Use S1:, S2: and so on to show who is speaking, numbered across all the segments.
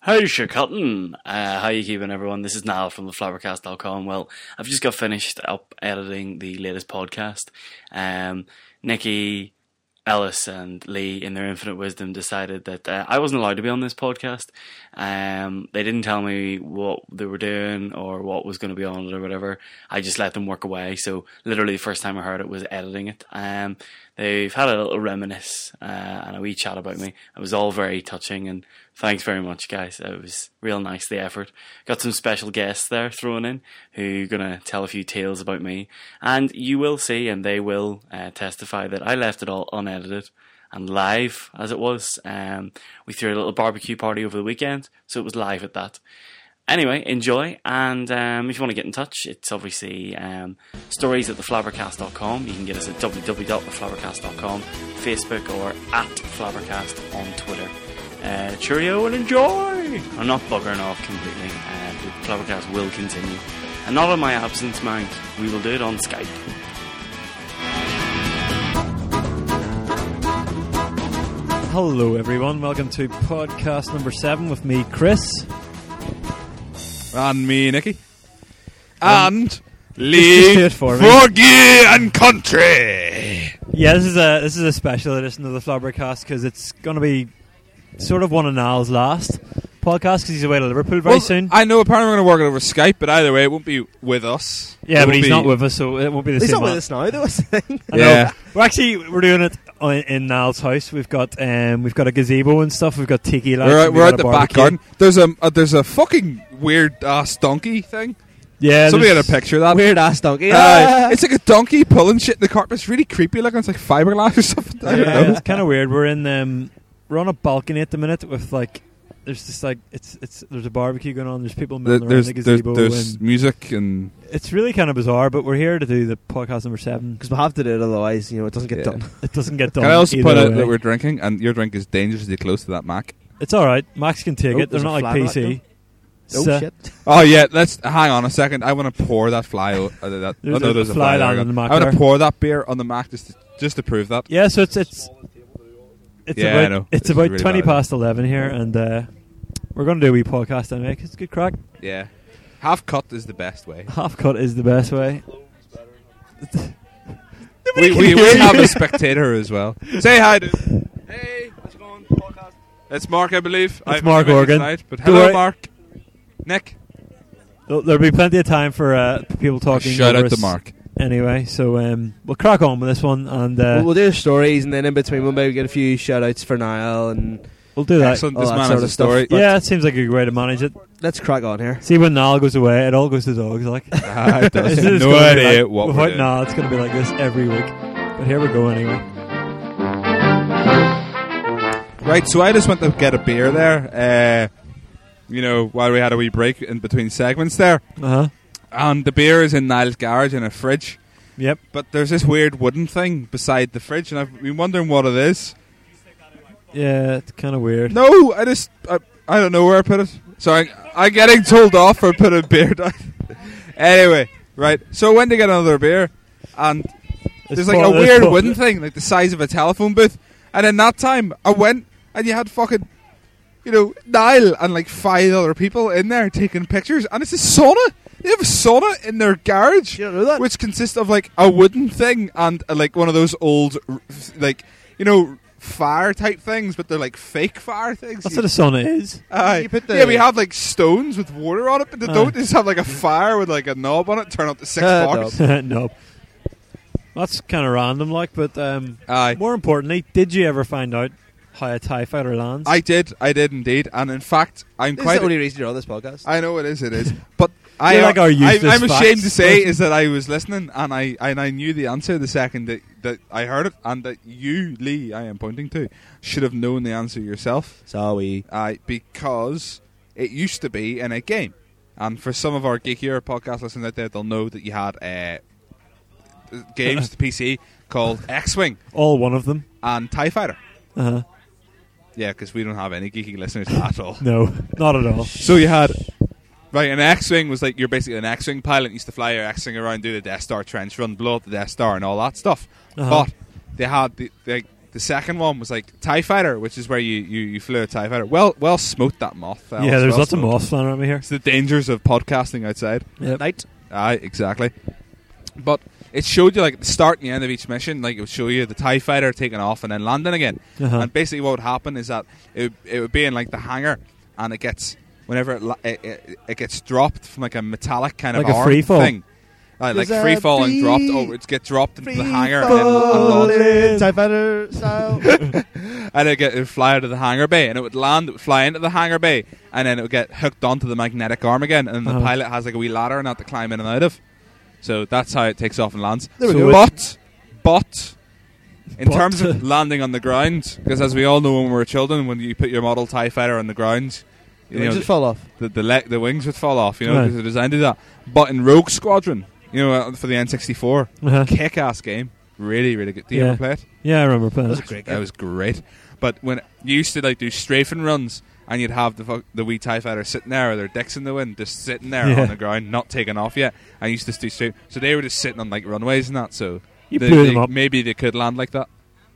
S1: How's your cutting? Uh, how you keeping, everyone? This is Niall from theflowercast.com. Well, I've just got finished up editing the latest podcast. Um, Nikki, Ellis, and Lee, in their infinite wisdom, decided that uh, I wasn't allowed to be on this podcast. Um, they didn't tell me what they were doing or what was going to be on it or whatever. I just let them work away. So literally, the first time I heard it was editing it. Um, they've had a little reminisce uh, and a wee chat about me. It was all very touching and thanks very much, guys. It was real nice the effort. Got some special guests there thrown in who gonna tell a few tales about me, and you will see and they will uh, testify that I left it all unedited and live as it was. Um, we threw a little barbecue party over the weekend, so it was live at that. Anyway, enjoy, and um, if you want to get in touch, it's obviously um, stories at theflabbercast.com. You can get us at www.theflabbercast.com, Facebook, or at flabbercast on Twitter. Uh, cheerio and enjoy! I'm not buggering off completely. Uh, the flabbercast will continue. And not on my absence, mind. We will do it on Skype.
S2: Hello, everyone. Welcome to podcast number seven with me, Chris.
S3: And me, Nicky. And
S2: just do
S3: Lee
S2: Um, it for me.
S3: Forgy and Country.
S2: Yeah, this is a this is a special edition of the Flabbercast because it's going to be sort of one of Niall's last podcasts because he's away to Liverpool very
S3: Well,
S2: soon.
S3: I know apparently we're going to work it over Skype, but either way, it won't be with us.
S2: yeah,
S3: It
S2: but
S3: will
S2: he's
S3: be-
S2: not with us, so it won't be the
S4: He's
S2: same.
S4: not with
S2: lot.
S4: us now, though. I think.
S2: I know.
S3: Yeah.
S2: we're actually we're doing it on- in Niall's house. We've got um, we've got a gazebo and stuff. We've got tiki lights.
S3: We're,
S2: and
S3: out-
S2: we've
S3: we're
S2: got
S3: at
S2: a
S3: the back
S2: barbecue.
S3: garden. There's a uh, there's a fucking weird ass donkey thing.
S2: Yeah,
S3: Somebody had a
S2: there's-
S3: picture of that.
S4: Weird ass donkey.
S3: Aye. it's like a donkey pulling shit in the carpet. It's really creepy looking. It's like fiberglass or something. I don't
S2: Yeah,
S3: know.
S2: it's kind of weird. We're in um, we're on a balcony at the minute with like there's just like it's it's there's a barbecue going on. There's people milling around
S3: There's
S2: the
S3: there's,
S2: gazebo.
S3: there's
S2: and
S3: music and
S2: it's really kind of bizarre, but we're here to do the podcast number seven.
S4: because we have to do it, otherwise, you know, it doesn't get
S3: Yeah.
S4: done.
S2: It doesn't get done.
S3: can I also
S2: either
S3: put out
S2: way.
S3: that we're drinking and your drink is dangerously close to that Mac.
S2: It's all right. Max can take
S4: Oh,
S2: it. They're
S4: there's a
S2: not like
S4: fly back
S2: PC.
S4: Oh
S2: So-
S4: shit!
S3: Oh yeah, let's hang on a second. I want to pour that fly. o- Uh, that,
S2: There's
S3: oh, no,
S2: a
S3: there's a
S2: fly
S3: fly, there.
S2: landing
S3: I
S2: on the Mac
S3: want
S2: there.
S3: to pour that beer on the Mac just to, just to prove that.
S2: Yeah, so it's it's it's
S3: Yeah, I
S2: about
S3: know.
S2: it's
S3: This is
S2: about
S3: really
S2: twenty
S3: bad.
S2: past eleven here, and uh, we're going to do a wee podcast anyway. 'cause it's good crack.
S3: Yeah, half cut is the best way.
S2: Half cut is the best way.
S3: We, we, we have a spectator as well. Say hi to. Hey, how's it going? Podcast. It's Mark, I believe.
S2: It's Mark
S3: met you
S2: Organ.
S3: Tonight, but
S2: Don't
S3: hello,
S2: worry.
S3: Mark. Nick.
S2: There'll, there'll be plenty of time for uh, people talking.
S3: Shout
S2: over
S3: out to
S2: us.
S3: Mark.
S2: anyway. So um, we'll crack on with this one, and uh,
S4: we'll, we'll do the stories, and then in between, we'll maybe get a few shout outs for Niall, and
S2: we'll do that.
S3: Excellent.
S4: all
S3: This
S4: that
S3: man
S4: sort
S3: has a
S4: of stuff.
S3: story.
S4: but-
S2: yeah, it seems like a good way to manage it.
S4: let's crack on here.
S2: See, when Niall goes away, it all goes to dogs. Like,
S3: Ah, it does.
S2: This is
S3: no
S2: gonna be
S3: idea
S2: like-
S3: what we're
S2: without
S3: doing.
S2: Niall, it's going to be like this every week. But here we go anyway.
S3: Right, so I just went to get a beer there. Uh, you know, while we had a wee break in between segments there,
S2: Uh huh.
S3: and the beer is in Niall's garage in a fridge.
S2: Yep.
S3: But there's this weird wooden thing beside the fridge, and I've been wondering what it is.
S2: Yeah, it's kind of weird.
S3: No, I just I, I don't know where I put it. So I, I'm getting told off for putting beer down. anyway, right. So I went to get another beer, and
S2: It's
S3: there's like a
S2: part- it's
S3: weird
S2: part-
S3: wooden thing, like the size of a telephone booth. And in that time, I went and you had fucking, you know, Niall and like five other people in there taking pictures. And it's a sauna. They have a sauna in their garage,
S4: You don't know that?
S3: which consists of like a wooden thing and uh, like one of those old, r- like, you know, fire type things, but they're like fake fire things.
S2: That's
S3: You-
S2: what a sauna is.
S3: Aye.
S4: You put the-
S3: yeah, we have like stones with water on it, but they
S2: Aye.
S3: don't They just have like a fire with like a knob on it, turn up to six
S4: Uh,
S3: bars.
S2: no. That's kind of random, like. But um,
S3: Aye.
S2: more importantly, did you ever find out how a Tie Fighter lands?
S3: I did, I did indeed, and in fact, I'm
S4: This is
S3: quite.
S4: the only reason you're on this podcast.
S3: I know it is. It is. But I,
S2: You're like our
S3: I,
S2: useless
S3: I'm ashamed to
S2: facts
S3: say
S2: person.
S3: is that I was listening and I and I knew the answer the second that, that I heard it, and that you, Lee, I am pointing to, should have known the answer yourself.
S4: so we
S3: I because it used to be in a game, and for some of our geekier podcast listeners out there, they'll know that you had uh, games to PC called X-wing
S2: All one of them.
S3: and Tie Fighter.
S2: Uh huh.
S3: Yeah, because we don't have any geeky listeners at all.
S2: No, not at all.
S3: So you had right an X-wing was like you're basically an X-wing pilot. You used to fly your X-wing around, do the Death Star trench run, blow up the Death Star, and all that stuff.
S2: Uh-huh.
S3: But they had the, the The second one was like Tie Fighter, which is where you, you, you flew a Tie Fighter. Well, well, smote that moth. Alice.
S2: yeah, there's
S3: Well
S2: lots of
S3: smote.
S2: moths flying around me here.
S3: It's the dangers of podcasting outside.
S2: Yep.
S4: Night.
S3: Aye, exactly. But it showed you like at the start and the end of each mission, like it would show you the Tie Fighter taking off and then landing again.
S2: Uh-huh.
S3: And basically, what would happen is that it, it would be in like the hangar, and it gets whenever it, la- it, it, it gets dropped from like a metallic kind
S2: Like
S3: of
S2: a
S3: arm
S2: free fall.
S3: thing, like, like
S4: There's a
S3: free fall and dropped.
S4: free-
S3: Oh, it gets dropped into the hangar and then
S2: fall.
S3: unloaded
S2: in.
S4: Type fighter style.
S3: and it get it would fly out of the hangar bay, and it would land, it would fly into the hangar bay, and then it would get hooked onto the magnetic arm again, and
S4: Oh.
S2: Uh-huh.
S3: the pilot has like a wee ladder and had to climb in and out of. So that's how it takes off and lands.
S4: There we
S3: So
S4: go.
S3: But, but, in
S2: But.
S3: terms of landing on the ground, because as we all know, when we were children, when you put your model Tie Fighter on the ground, you know,
S4: just fall off.
S3: the the, le- the wings would fall off. You know,
S2: Right.
S3: because they're designed to do that. But in Rogue Squadron, you know, uh, for the N64,
S2: Uh-huh.
S3: kick-ass game, really, really good. Do you
S2: Yeah.
S3: ever play it?
S2: Yeah, I remember playing. it.
S4: great
S3: That was great. But when you used to like do strafing runs, and you'd have the fuck- the wee tie fighter sitting there, with their dicks in the wind, just sitting there
S2: Yeah.
S3: on the ground, not taking off yet. I used to do straight, so they were just sitting on like runways and that. So
S2: You
S3: they-
S2: blew
S3: they-
S2: them up,
S3: maybe they could land like that.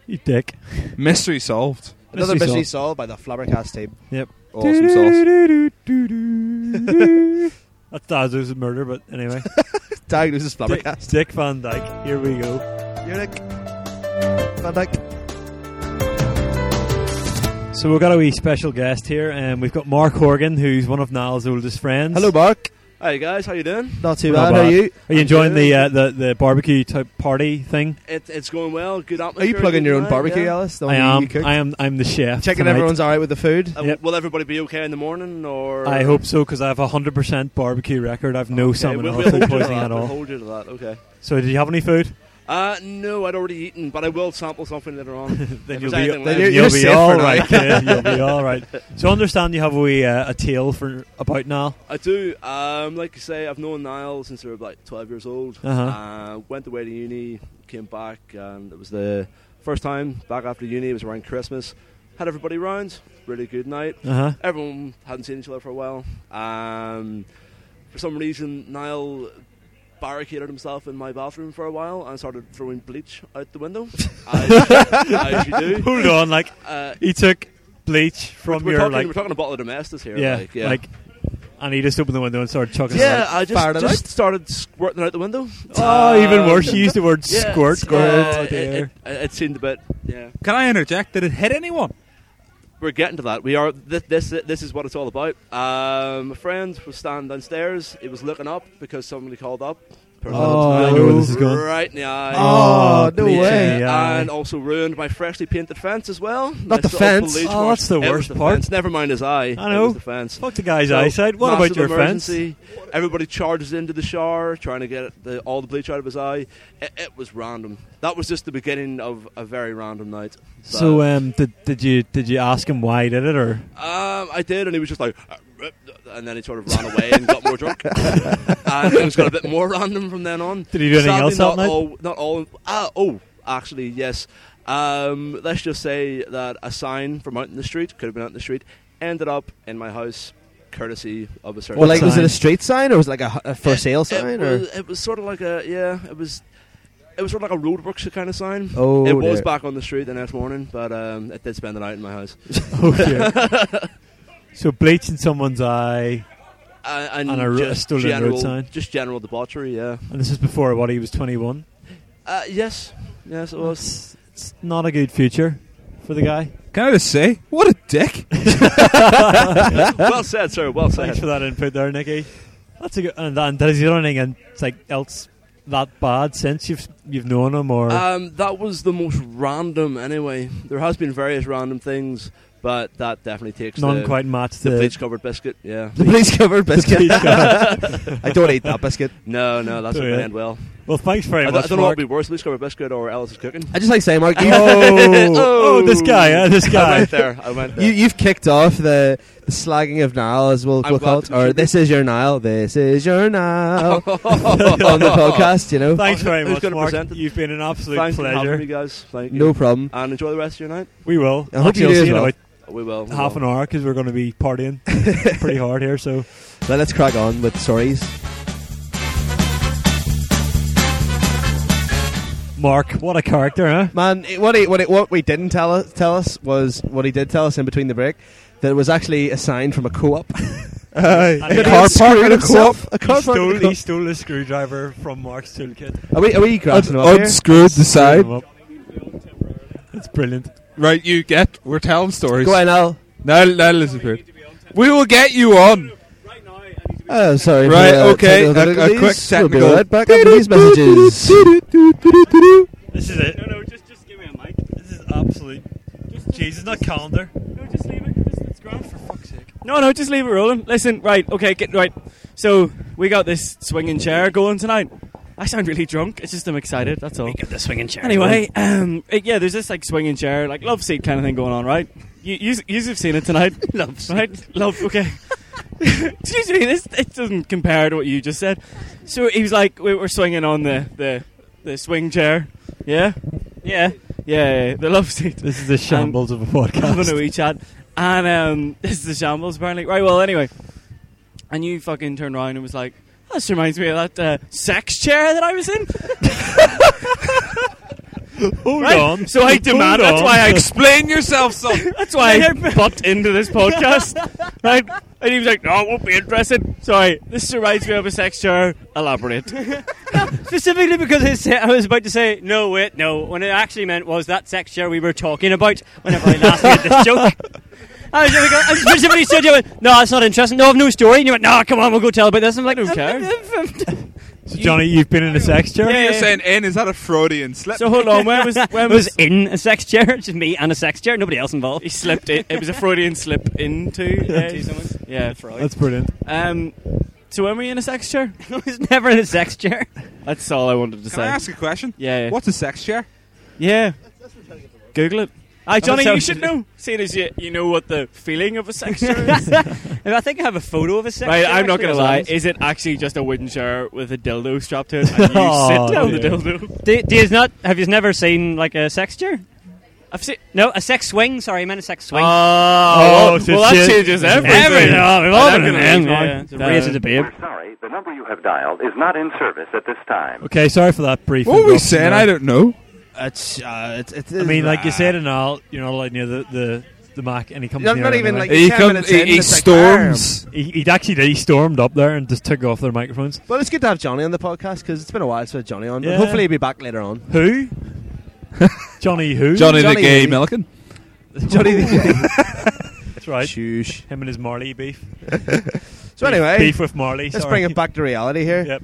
S2: you dick.
S3: Mystery solved.
S4: Another
S2: Mystery
S4: mystery solved by the Flabbercast team.
S2: Yep.
S3: Awesome sauce.
S2: That's Dazzle's murder, but anyway.
S4: Diagnosis
S2: Dick,
S4: Flabbercast.
S2: Dick Van Dyke. Here we go.
S4: Munich. Van Dyke.
S2: So we've got a wee special guest here, and we've got Mark Horgan, who's one of Niall's oldest friends.
S4: Hello, Mark.
S5: Hey guys, how you doing?
S4: Not too
S2: Not
S4: bad. How
S2: bad.
S4: are you?
S2: Are you enjoying the uh, the the barbecue type party thing?
S5: It, it's going well. Good atmosphere.
S4: Are you plugging
S5: good
S4: your own
S5: night,
S4: barbecue,
S5: yeah.
S4: Alice? The
S2: I
S4: one
S2: am.
S4: You cooked?
S2: I am. I'm the chef.
S4: Checking
S2: tonight.
S4: everyone's all right with the food.
S5: Uh,
S2: Yep.
S5: Will everybody be okay in the morning? Or
S2: I hope so because I have a hundred percent barbecue record. I've no
S5: Okay,
S2: salmonella
S5: we'll, we'll
S2: food
S5: hold you to
S2: poisoning
S5: that.
S2: at
S5: We'll
S2: all.
S5: hold you to that. Okay.
S2: So, did you have any food?
S5: Uh, no, I'd already eaten, but I will sample something later on.
S2: Then
S5: If
S2: you'll
S5: there's
S2: be then
S5: anything left.
S2: you'll
S4: You're
S2: be
S4: safe
S2: all
S4: for now.
S2: right. kid. You'll be all right. So, I understand you have a wee, uh, a tale for about Niall.
S5: I do. Um, like you say, I've known Niall since they were about 12 years old.
S2: Uh-huh.
S5: Uh, went away to uni, came back, and it was the first time back after uni. It was around Christmas. Had everybody round. Really good night.
S2: Uh huh.
S5: Everyone hadn't seen each other for a while. Um, for some reason, Niall barricaded himself in my bathroom for a while and started throwing bleach out the window. as, as you do.
S2: Hold on, like
S5: Uh,
S2: he took bleach from
S5: we're,
S2: your
S5: talking,
S2: like,
S5: we're talking a bottle of Domestos here.
S2: yeah,
S5: like, yeah.
S2: like, and he just opened the window and started chucking. it
S5: yeah,
S2: out.
S5: I
S4: fired
S5: just,
S4: it
S5: just started squirting out the window.
S2: Oh, even worse. You used the word
S5: uh, yeah,
S2: squirt. oh,
S5: it's-
S2: squirt.
S5: uh, it, it, it seemed a bit. Yeah,
S3: Can I interject? Did it hit anyone?
S5: we're getting to that. We are. This this, this is what it's all about. Um, a friend was standing downstairs. He was looking up because somebody called up. Person
S2: Oh,
S5: was
S2: I know where this is going.
S5: Right in the eye.
S4: Oh, no
S2: bleach in
S4: way.
S2: the eye.
S5: and also ruined my freshly painted fence as well.
S4: Not the
S5: Nice little
S4: fence.
S5: bleach
S2: Oh,
S5: marks.
S2: that's the
S5: It was
S2: worst part.
S5: Fence. Never mind his eye.
S2: I
S5: It
S2: know.
S5: was the fence.
S2: Fuck the guy's
S5: So,
S2: eyesight. What about
S5: massive
S2: your fence?
S5: emergency. Everybody charges into the shower, trying to get the, all the bleach out of his eye. It, it was random. That was just the beginning of a very random night.
S2: So, um, did, did you did you ask him why he did it or?
S5: Um, I did, and he was just like, "Uh, uh," and then he sort of ran away and got more drunk. and it was got a bit more random from then on.
S2: Did he do anything
S5: Sadly,
S2: else that
S5: not
S2: night?
S5: All, not all. Ah, oh, actually, yes. Um, let's just say that a sign from out in the street could have been out in the street ended up in my house, courtesy of a certain.
S4: Well, like, was it
S2: sign?
S4: a street sign or was it like a, a for sale sign
S5: it,
S4: or?
S5: was, it was sort of like a yeah. It was. It was sort of like a roadworks kind of sign.
S4: Oh,
S5: it was
S4: dear.
S5: back on the street the next morning, but um, it did spend the night in my house.
S2: Oh dear. so bleach in someone's eye,
S5: Uh, and,
S2: And a ro- a
S5: just
S2: stolen road
S5: general,
S2: sign.
S5: just general debauchery. Yeah.
S2: and this is before what he was twenty one.
S5: Uh, yes, yes, it was.
S2: It's, it's not a good future for the guy.
S3: Can I just say, what a dick!
S5: well said, sir. Well
S2: Thanks for
S5: said.
S2: that input there, Nicky. That's a good. And, and has he done anything and, like else that bad since you've you've known him or?
S5: Um, that was the most random. Anyway, there has been various random things, but that definitely takes
S2: None
S5: the,
S2: quite matched
S5: the
S2: the,
S5: bleach covered biscuit. Yeah.
S4: the police covered biscuit.
S2: bleach cover.
S4: I don't eat that biscuit.
S5: No, no, that's
S2: Oh,
S5: not going
S2: yeah.
S5: to end well.
S2: well, thanks very
S5: I, don't- I
S2: much,
S5: don't know
S2: Mark.
S5: what would be worse, bleach covered biscuit or Alice's cooking.
S4: I just like saying, Mark, you,
S2: oh, oh, this guy, yeah, this
S5: I
S2: guy.
S5: went there. I went there.
S4: you, you've kicked off the, the slagging of Nile, as we'll,
S5: I'm
S4: we'll call
S5: glad
S4: it,
S5: to
S4: or
S5: contribute.
S4: this is your Nile, this is your Nile on the podcast, you know.
S2: Thanks very
S5: Who's
S2: much,
S5: gonna
S2: Mark.
S5: present it?
S2: You've been an absolute
S5: Thanks for having me,
S2: pleasure.
S5: guys. Thank you.
S4: No problem.
S5: And enjoy the rest of your night.
S2: We will.
S4: I
S2: Actually,
S4: hope you
S2: I'll
S4: do
S2: see
S4: as
S2: in
S4: well.
S2: about
S5: We will. we
S2: half
S5: will.
S2: an hour because we're going to be partying pretty hard here. So
S4: Well, let's crack on with stories.
S2: Mark, what a character, huh?
S4: Man, it- what he, what, it, what we didn't tell us, tell us was what he did tell us in between the break that it was actually a sign from a co-op.
S2: And he
S4: He had
S3: car park
S4: screwed
S3: at a co-op.
S4: himself-
S2: He
S4: A car park
S2: stole,
S4: at a
S2: he
S4: co-op.
S2: stole a screwdriver from Mark's toolkit.
S4: Are we, are we grasping up here?
S3: Unscrewed the side.
S2: Him up. It's brilliant.
S3: Right, you get. We're telling stories.
S4: Go on, Al.
S3: Now, now Elizabeth. We will get you on.
S4: Oh, sorry. for
S3: Right,
S4: the
S3: okay,
S4: technical
S3: a- a
S4: difficulties.
S3: quick
S4: We'll
S3: technical-
S4: be right back after these messages.
S2: This is it.
S1: no, just just give me a mic.
S2: This is absolute. Jesus, not calendar.
S1: No, just leave it. It's, it's grand for fuck's sake. No, no, just leave it rolling. Listen, right, okay, get right. So we got this swinging chair going tonight. I sound really drunk. It's just I'm excited. That's all.
S6: Get the swinging chair.
S1: Anyway, um, uh, yeah, there's this like swinging chair, like love seat kind of thing going on, right? You, you, you've seen it tonight, love seat. right? Love, okay. Excuse me, this it doesn't compare to what you just said. So he was like, we were swinging on the the, the swing chair, yeah, yeah, yeah, yeah, the love seat
S2: This is the shambles of a
S1: having a
S2: podcast.
S1: wee chat. And um, this is the shambles, apparently. Right, well, anyway. And you fucking turned around and was like, this reminds me of that uh, sex chair that I was in.
S2: Hold
S1: Right?
S2: on.
S1: So I demand. That's why I. Ex-
S3: Explain yourself, son.
S1: that's why I butt into this podcast. right? And he was like, "No, I won't be interested." Sorry, this reminds me of a sex chair. Elaborate.
S6: Specifically because it's, I was about to say, no, wait, no. When it actually meant was that sex chair we were talking about whenever I last made this joke. I was like, I specifically said, to you, no, that's not interesting. No, I've no story. And you went, no, come on, we'll go tell about this. I'm like, I don't care.
S2: So Johnny, you've been in a sex chair?
S1: Yeah.
S3: You're saying, "In is that a Freudian slip?"
S1: so hold on. When was when
S6: It
S1: was
S6: was in a sex chair, just me and a sex chair, nobody else involved.
S1: he slipped it? It was a Freudian slip into. Uh, yeah.
S2: That's brilliant.
S1: Um. So when were you in a sex chair?
S6: I was never in a sex chair.
S1: That's all I wanted to
S3: Can
S1: say.
S3: I ask a question?
S1: Yeah.
S3: What's a sex chair?
S1: Yeah. Google it. Aye, Johnny,
S6: so-
S1: you should know. Seeing as you, you know what the feeling of a sex chair is. right,
S6: I think I have a photo of a sex chair.
S1: I'm not
S6: actually
S1: going to
S6: online.
S1: lie. Is it actually just a wooden chair with a dildo strapped to it and you sit
S2: Oh,
S1: down the
S2: dear.
S1: dildo?
S6: Do, do you not, have you never seen like a sex chair?
S1: I've seen...
S6: No, a sex swing. Sorry, I meant a sex swing.
S4: Oh,
S1: well,
S2: so
S1: Oh, well, that
S2: shit.
S1: changes everything.
S6: Everything. Oh, we've all
S1: I'm
S6: been
S1: gonna
S6: in
S1: leave
S6: them,
S1: now.
S6: yeah. It's a razor debate.
S7: We're sorry, the number you have dialed is not in service at this time.
S2: Okay, sorry for that brief.
S3: What were we
S2: interruption
S3: saying?
S2: there.
S3: I don't know.
S4: It's, uh, it's, it's,
S2: I mean, like you said, and all, you're not allowed near the, the, the Mac, and he comes
S4: Not-
S2: near
S4: not
S2: it
S4: even,
S2: anyway.
S4: like,
S3: He
S4: ten
S3: comes.
S4: minutes
S3: He,
S4: in,
S3: he
S4: it's like,
S3: storms.
S2: He, he actually did. He stormed up there and just took off their microphones.
S4: Well, it's good to have Johnny on the podcast because it's been a while since we had Johnny on. But
S2: Yeah.
S4: hopefully, he'll be back later on.
S2: Who? Johnny who?
S3: Johnny,
S4: Johnny
S3: the gay
S4: Lee.
S3: Milliken.
S4: Johnny, the
S2: That's right.
S4: Shush.
S2: Him and his Marley beef.
S4: So anyway,
S2: beef with Marley.
S4: let's
S2: sorry.
S4: bring it back to reality here.
S2: Yep,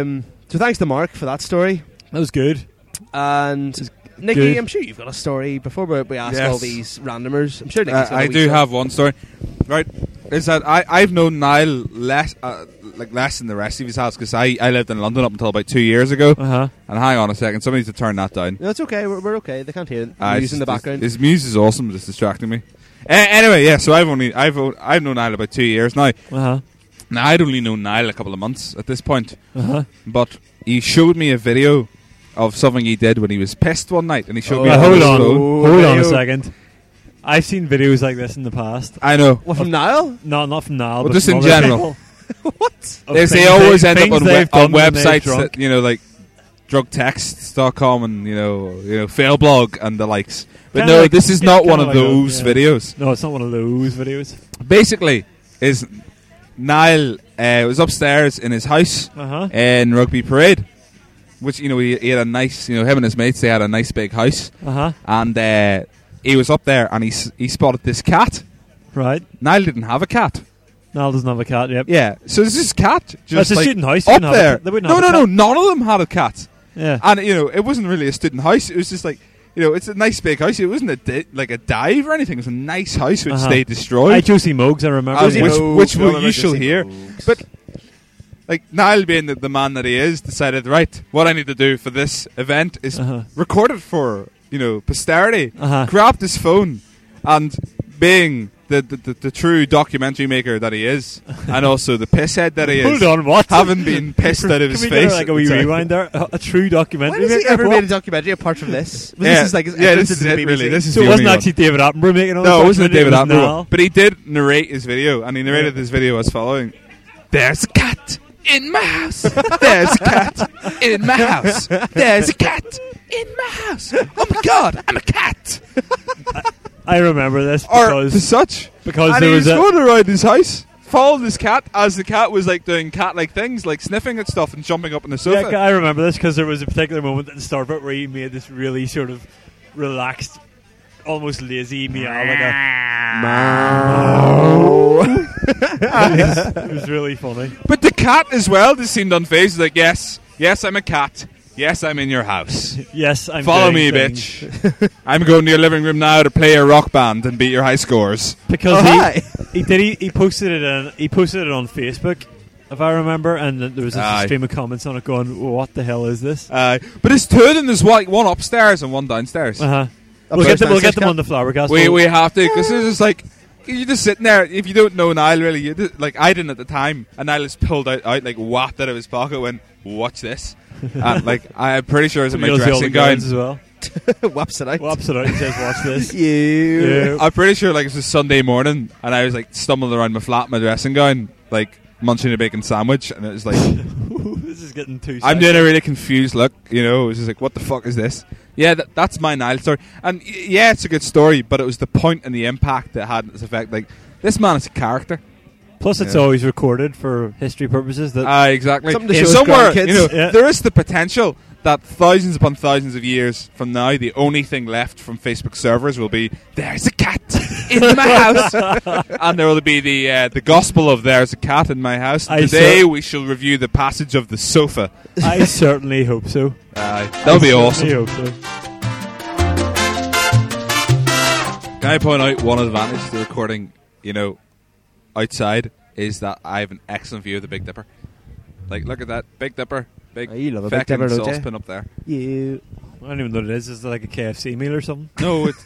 S4: Um, so thanks to Mark for that story.
S2: that was good.
S4: And Nikki,
S2: good.
S4: I'm sure you've got a story before we, we ask
S3: Yes.
S4: all these randomers. I'm sure
S3: Uh,
S4: Nikki's got a
S3: I
S4: wee
S3: do
S4: story.
S3: have one story. Right, is that I I've known Niall less uh, like less than the rest of his house because I I lived in London up until about two years ago.
S2: Uh huh.
S3: And hang on a second, somebody needs to turn that down.
S4: No, it's okay. We're, we're okay. They can't hear it.
S3: Ah,
S4: Uh,
S3: it's
S4: in the
S3: just-
S4: background.
S3: His, his muse is awesome, but it's distracting me. A- anyway, yeah. So I've only I've o- I've known Niall about two years now.
S2: Uh huh.
S3: Now I'd only known Niall a couple of months at this point,
S2: Uh huh.
S3: but he showed me a video of something he did when he was pissed one night, and he showed
S4: Oh,
S3: me.
S4: yeah,
S3: it
S2: hold
S3: his
S2: on.
S3: phone.
S4: Oh,
S2: hold on a
S4: video.
S2: second. I've seen videos like this in the past.
S3: I know.
S4: What from Niall?
S2: No, not from now.
S3: Well,
S2: but
S3: just
S2: from
S3: in
S2: other
S3: general.
S2: people. Of
S3: They, they
S2: Oh, things
S3: always
S2: they-
S3: end up
S2: things
S3: on, we-
S2: they've
S3: on
S2: done when they're
S3: websites
S2: drunk.
S3: that you know, like drugtexts.com and you know, you know, failblog and the likes. But
S2: Kinda
S3: no,
S2: like-
S3: this is not
S2: kinda
S3: one of
S2: like a-
S3: those
S2: yeah.
S3: videos.
S2: No, it's not one of those videos.
S3: Basically, is Niall uh, was upstairs in his house
S2: Uh huh.
S3: in Rugby Parade, which you know he, he had a nice, you know, him and his mates they had a nice big house,
S2: Uh huh.
S3: and uh, he was up there and he s- he spotted this cat.
S2: Right.
S3: Niall didn't have a cat.
S2: Niall doesn't have a cat. Yep.
S3: Yeah, so this is cat
S2: That's
S3: just
S2: a
S3: like,
S2: student house. They
S3: up
S2: wouldn't have a-
S3: there.
S2: they wouldn't
S3: no,
S2: have
S3: no,
S2: a
S3: no, none of them had a cat.
S2: Yeah.
S3: And you know, it wasn't really a student house. It was just like you know, it's a nice big house. It wasn't a di- like a dive or anything. It was a nice house which
S2: Uh-huh.
S3: they
S2: I
S3: destroyed.
S2: Josie Mogs. I remember.
S3: and
S4: Josie
S3: which
S4: Mogues.
S3: which
S4: No,
S3: will
S4: no, no,
S3: you shall
S4: Josie
S3: hear.
S4: Mogues.
S3: But like Niall, being the, the man that he is, decided right. What I need to do for this event is
S2: Uh-huh.
S3: record it for you know posterity.
S2: Uh-huh.
S3: Grabbed his phone and being. The, the, the, the true documentary maker that he is, and also the pisshead that he is.
S2: Hold on, what?
S3: Having been pissed out of his
S2: Can we
S3: face.
S2: Get like a wee
S3: Sorry.
S2: rewind there? A, a true
S4: Why
S2: documentary.
S4: has he
S2: maker?
S4: ever
S2: What?
S4: made a documentary apart from this? Well,
S3: Yeah.
S4: This is like his
S3: Yeah,
S4: entrance
S3: this is
S4: into the
S3: it,
S4: BBC.
S3: really. This is
S2: So
S3: the
S2: it wasn't
S3: only
S2: actually David Attenborough making all
S3: No, it
S2: this
S3: wasn't
S2: documentary,
S3: David
S2: it was
S3: Attenborough.
S2: Niall.
S3: But he did narrate his video, and he narrated his video as following There's a cat in my house. There's a cat in my house. There's a cat in my house. Oh my god, I'm a cat.
S2: I remember this
S3: Or
S2: because
S3: such.
S2: because
S3: and
S2: there
S3: he
S2: was
S3: was
S2: a,
S3: going around his house, following this cat as the cat was like doing cat-like things, like sniffing at stuff and jumping up on the sofa.
S2: Yeah, I remember this because there was a particular moment at the start bit where he made this really sort of relaxed, almost lazy meow. Like a, it, was, it was really funny.
S3: But the cat as well just seemed unfazed. He's Like, yes, yes, I'm a cat. Yes, I'm in your house.
S2: Yes, I'm
S3: Follow me,
S2: doing things.
S3: bitch. I'm going to your living room now to play a rock band and beat your high scores.
S2: Because
S4: Oh,
S2: he,
S4: hi.
S2: he did he, he posted it on he posted it on Facebook, if I remember, and th- there was a
S3: Aye.
S2: stream of comments on it going, "What the hell is this?"
S3: Uh, but it's two of them. There's like one upstairs and one downstairs.
S2: Uh-huh. We'll get them. We'll get them on the flower cast.
S3: We
S2: We'll-
S3: we have to because it's just like you're just sitting there. If you don't know Niall really, you just, like I didn't at the time, and Niall just pulled out, out like whacked out of his pocket. Went, watch this. and, like I'm pretty sure it's in my
S2: reveals the other
S3: dressing gown.
S2: guns as well.
S4: Whaps it out.
S2: Whaps it out and says, "Watch this."
S4: You.
S2: Yeah.
S3: I'm pretty sure like it was a Sunday morning, and I was like stumbling around my flat in my dressing gown, like munching a bacon sandwich, and it was like
S2: this is getting too.
S3: I'm
S2: sexy.
S3: doing a really confused look. You know, it was just like, what the fuck is this? Yeah, that, that's my Niall story, and y- yeah, it's a good story, but it was the point and the impact that it had its effect. Like this man is a character.
S2: Plus, it's
S3: Yeah.
S2: always recorded for history purposes. That
S3: Ah, exactly.
S4: Something to
S3: Yeah,
S4: show his
S3: Somewhere,
S4: grandkids.
S3: you know,
S2: Yeah.
S3: there is the potential that thousands upon thousands of years from now, the only thing left from Facebook servers will be "There's a cat in my house," and there will be the uh, the gospel of "There's a cat in my house."
S2: I
S3: Today,
S2: cer-
S3: we shall review the passage of the sofa.
S2: I certainly hope so.
S3: Uh, that'll be awesome.
S2: I hope so.
S3: Can I point out one advantage to recording, you know, outside is that I have an excellent view of the Big Dipper. Like, look at that Big Dipper, big
S4: Oh, you love a Big
S3: feckin'
S4: Dipper, don't you?
S3: saucepan up there.
S4: You.
S2: I don't even know what it is. Is it like a KFC meal or something?
S3: No, it's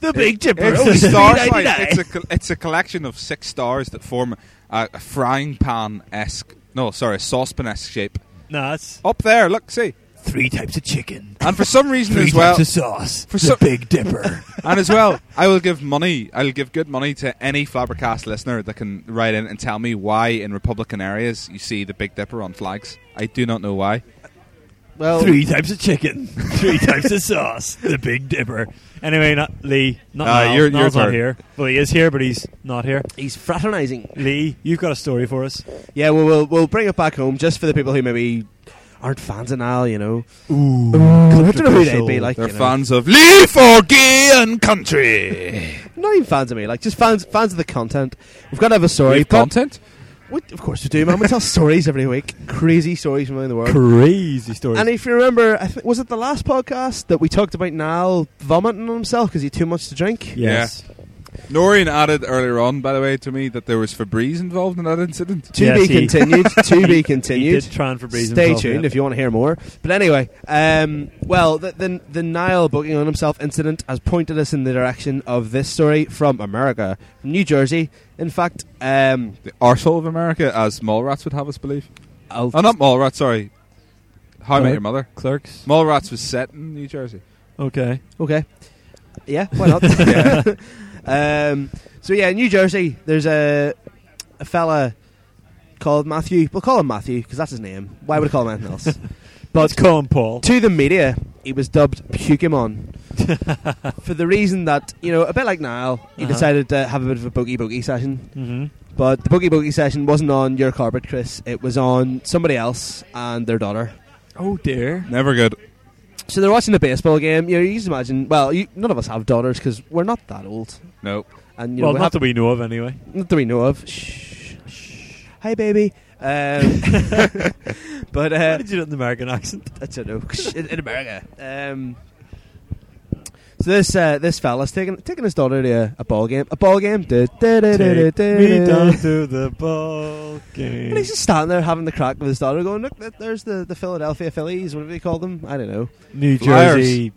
S4: The Big Dipper.
S3: It's
S4: Oh,
S3: a star
S4: $3.99.
S3: fight. It's a col- it's a collection of six stars that form a, a frying pan esque. No, sorry, a saucepan esque shape.
S2: Nah, it's
S3: Up there, look, see.
S2: three types of chicken,
S3: And for some reason as well,
S2: sauce,
S3: For the so-
S2: Big Dipper.
S3: and as well, I will give money. I'll give good money to any Flabbercast listener that can write in and tell me why in Republican areas you see the Big Dipper on flags. I do not know why.
S4: Well,
S2: types of chicken, three types of sauce, the Big Dipper. Anyway, not Lee, not
S3: Uh,
S2: Niall.
S3: your- your
S2: Niall's not
S3: turn.
S2: here. Well, he is here, but he's not here.
S4: he's fraternising.
S2: Lee, you've got a story for us.
S4: Yeah, well, we'll we'll bring it back home just for the people who maybe aren't fans of Niall, you know.
S2: Ooh,
S4: I don't know who they'd be like.
S3: They're
S4: you know.
S3: fans of Leave for Gay and Country.
S4: Not even fans of me, like just fans fans of the content. We've got to have a story.
S3: Leave
S4: We've got-
S3: content?
S4: What- of course we do, man. We tell stories every week, crazy stories from around the world.
S2: crazy story.
S4: And if you remember, I think was it the last podcast that we talked about Niall vomiting on himself because he had too much to drink?
S2: yes,
S3: Noreen added earlier on, by the way, to me that there was Febreze involved in that incident.
S4: To
S2: Yes,
S4: be
S2: he-
S4: continued. to be
S2: he
S4: continued.
S2: did try and Febreze
S4: Stay
S2: himself,
S4: tuned
S2: yeah.
S4: if you want to hear more. But anyway, um, well, the, the the Nile booking on himself incident has pointed us in the direction of this story from America, from New Jersey. In fact, um,
S3: The arsehole of America, as Mallrats would have us believe.
S4: I'll
S3: Oh, not Mallrats, sorry. How I Met Your Mother.
S2: Clerks.
S3: Mallrats was set in New Jersey.
S2: Okay.
S4: Okay. Yeah, why not? um, so yeah, in New Jersey, there's a a fella called Matthew. We'll call him Matthew because that's his name. Why would I call him anything else?
S2: But Colin Paul.
S4: to the media, he was dubbed Pukemon for the reason that you know, a bit like Niall, he
S2: Uh-huh.
S4: decided to have a bit of a boogie boogie session.
S2: Mm-hmm.
S4: But the boogie boogie session wasn't on your carpet, Chris. It was on somebody else and their daughter.
S2: Oh dear.
S3: Never good.
S4: So they're watching a baseball game. You know, you just imagine. Well, you, none of us have daughters because we're not that old.
S3: Nope.
S4: And you
S2: Well,
S4: know, we
S2: not
S4: have
S2: that we know of, anyway.
S4: Not that we know of. Shh. Shh. Hi, baby. Um, but
S2: Why
S4: uh,
S2: did you do it in American accent?
S4: I don't know. In, in America. Um, so this uh, this fella's taking taking his daughter to a, a ball game. A ball game. Du- du- du- du-
S2: Take
S4: du-
S2: me
S4: du-
S2: down to the ball game.
S4: And he's just standing there having the crack with his daughter, going, "Look, th- there's the, the Philadelphia Phillies. Whatever they call them, I don't know."
S2: New
S3: Flyers.
S2: Jersey.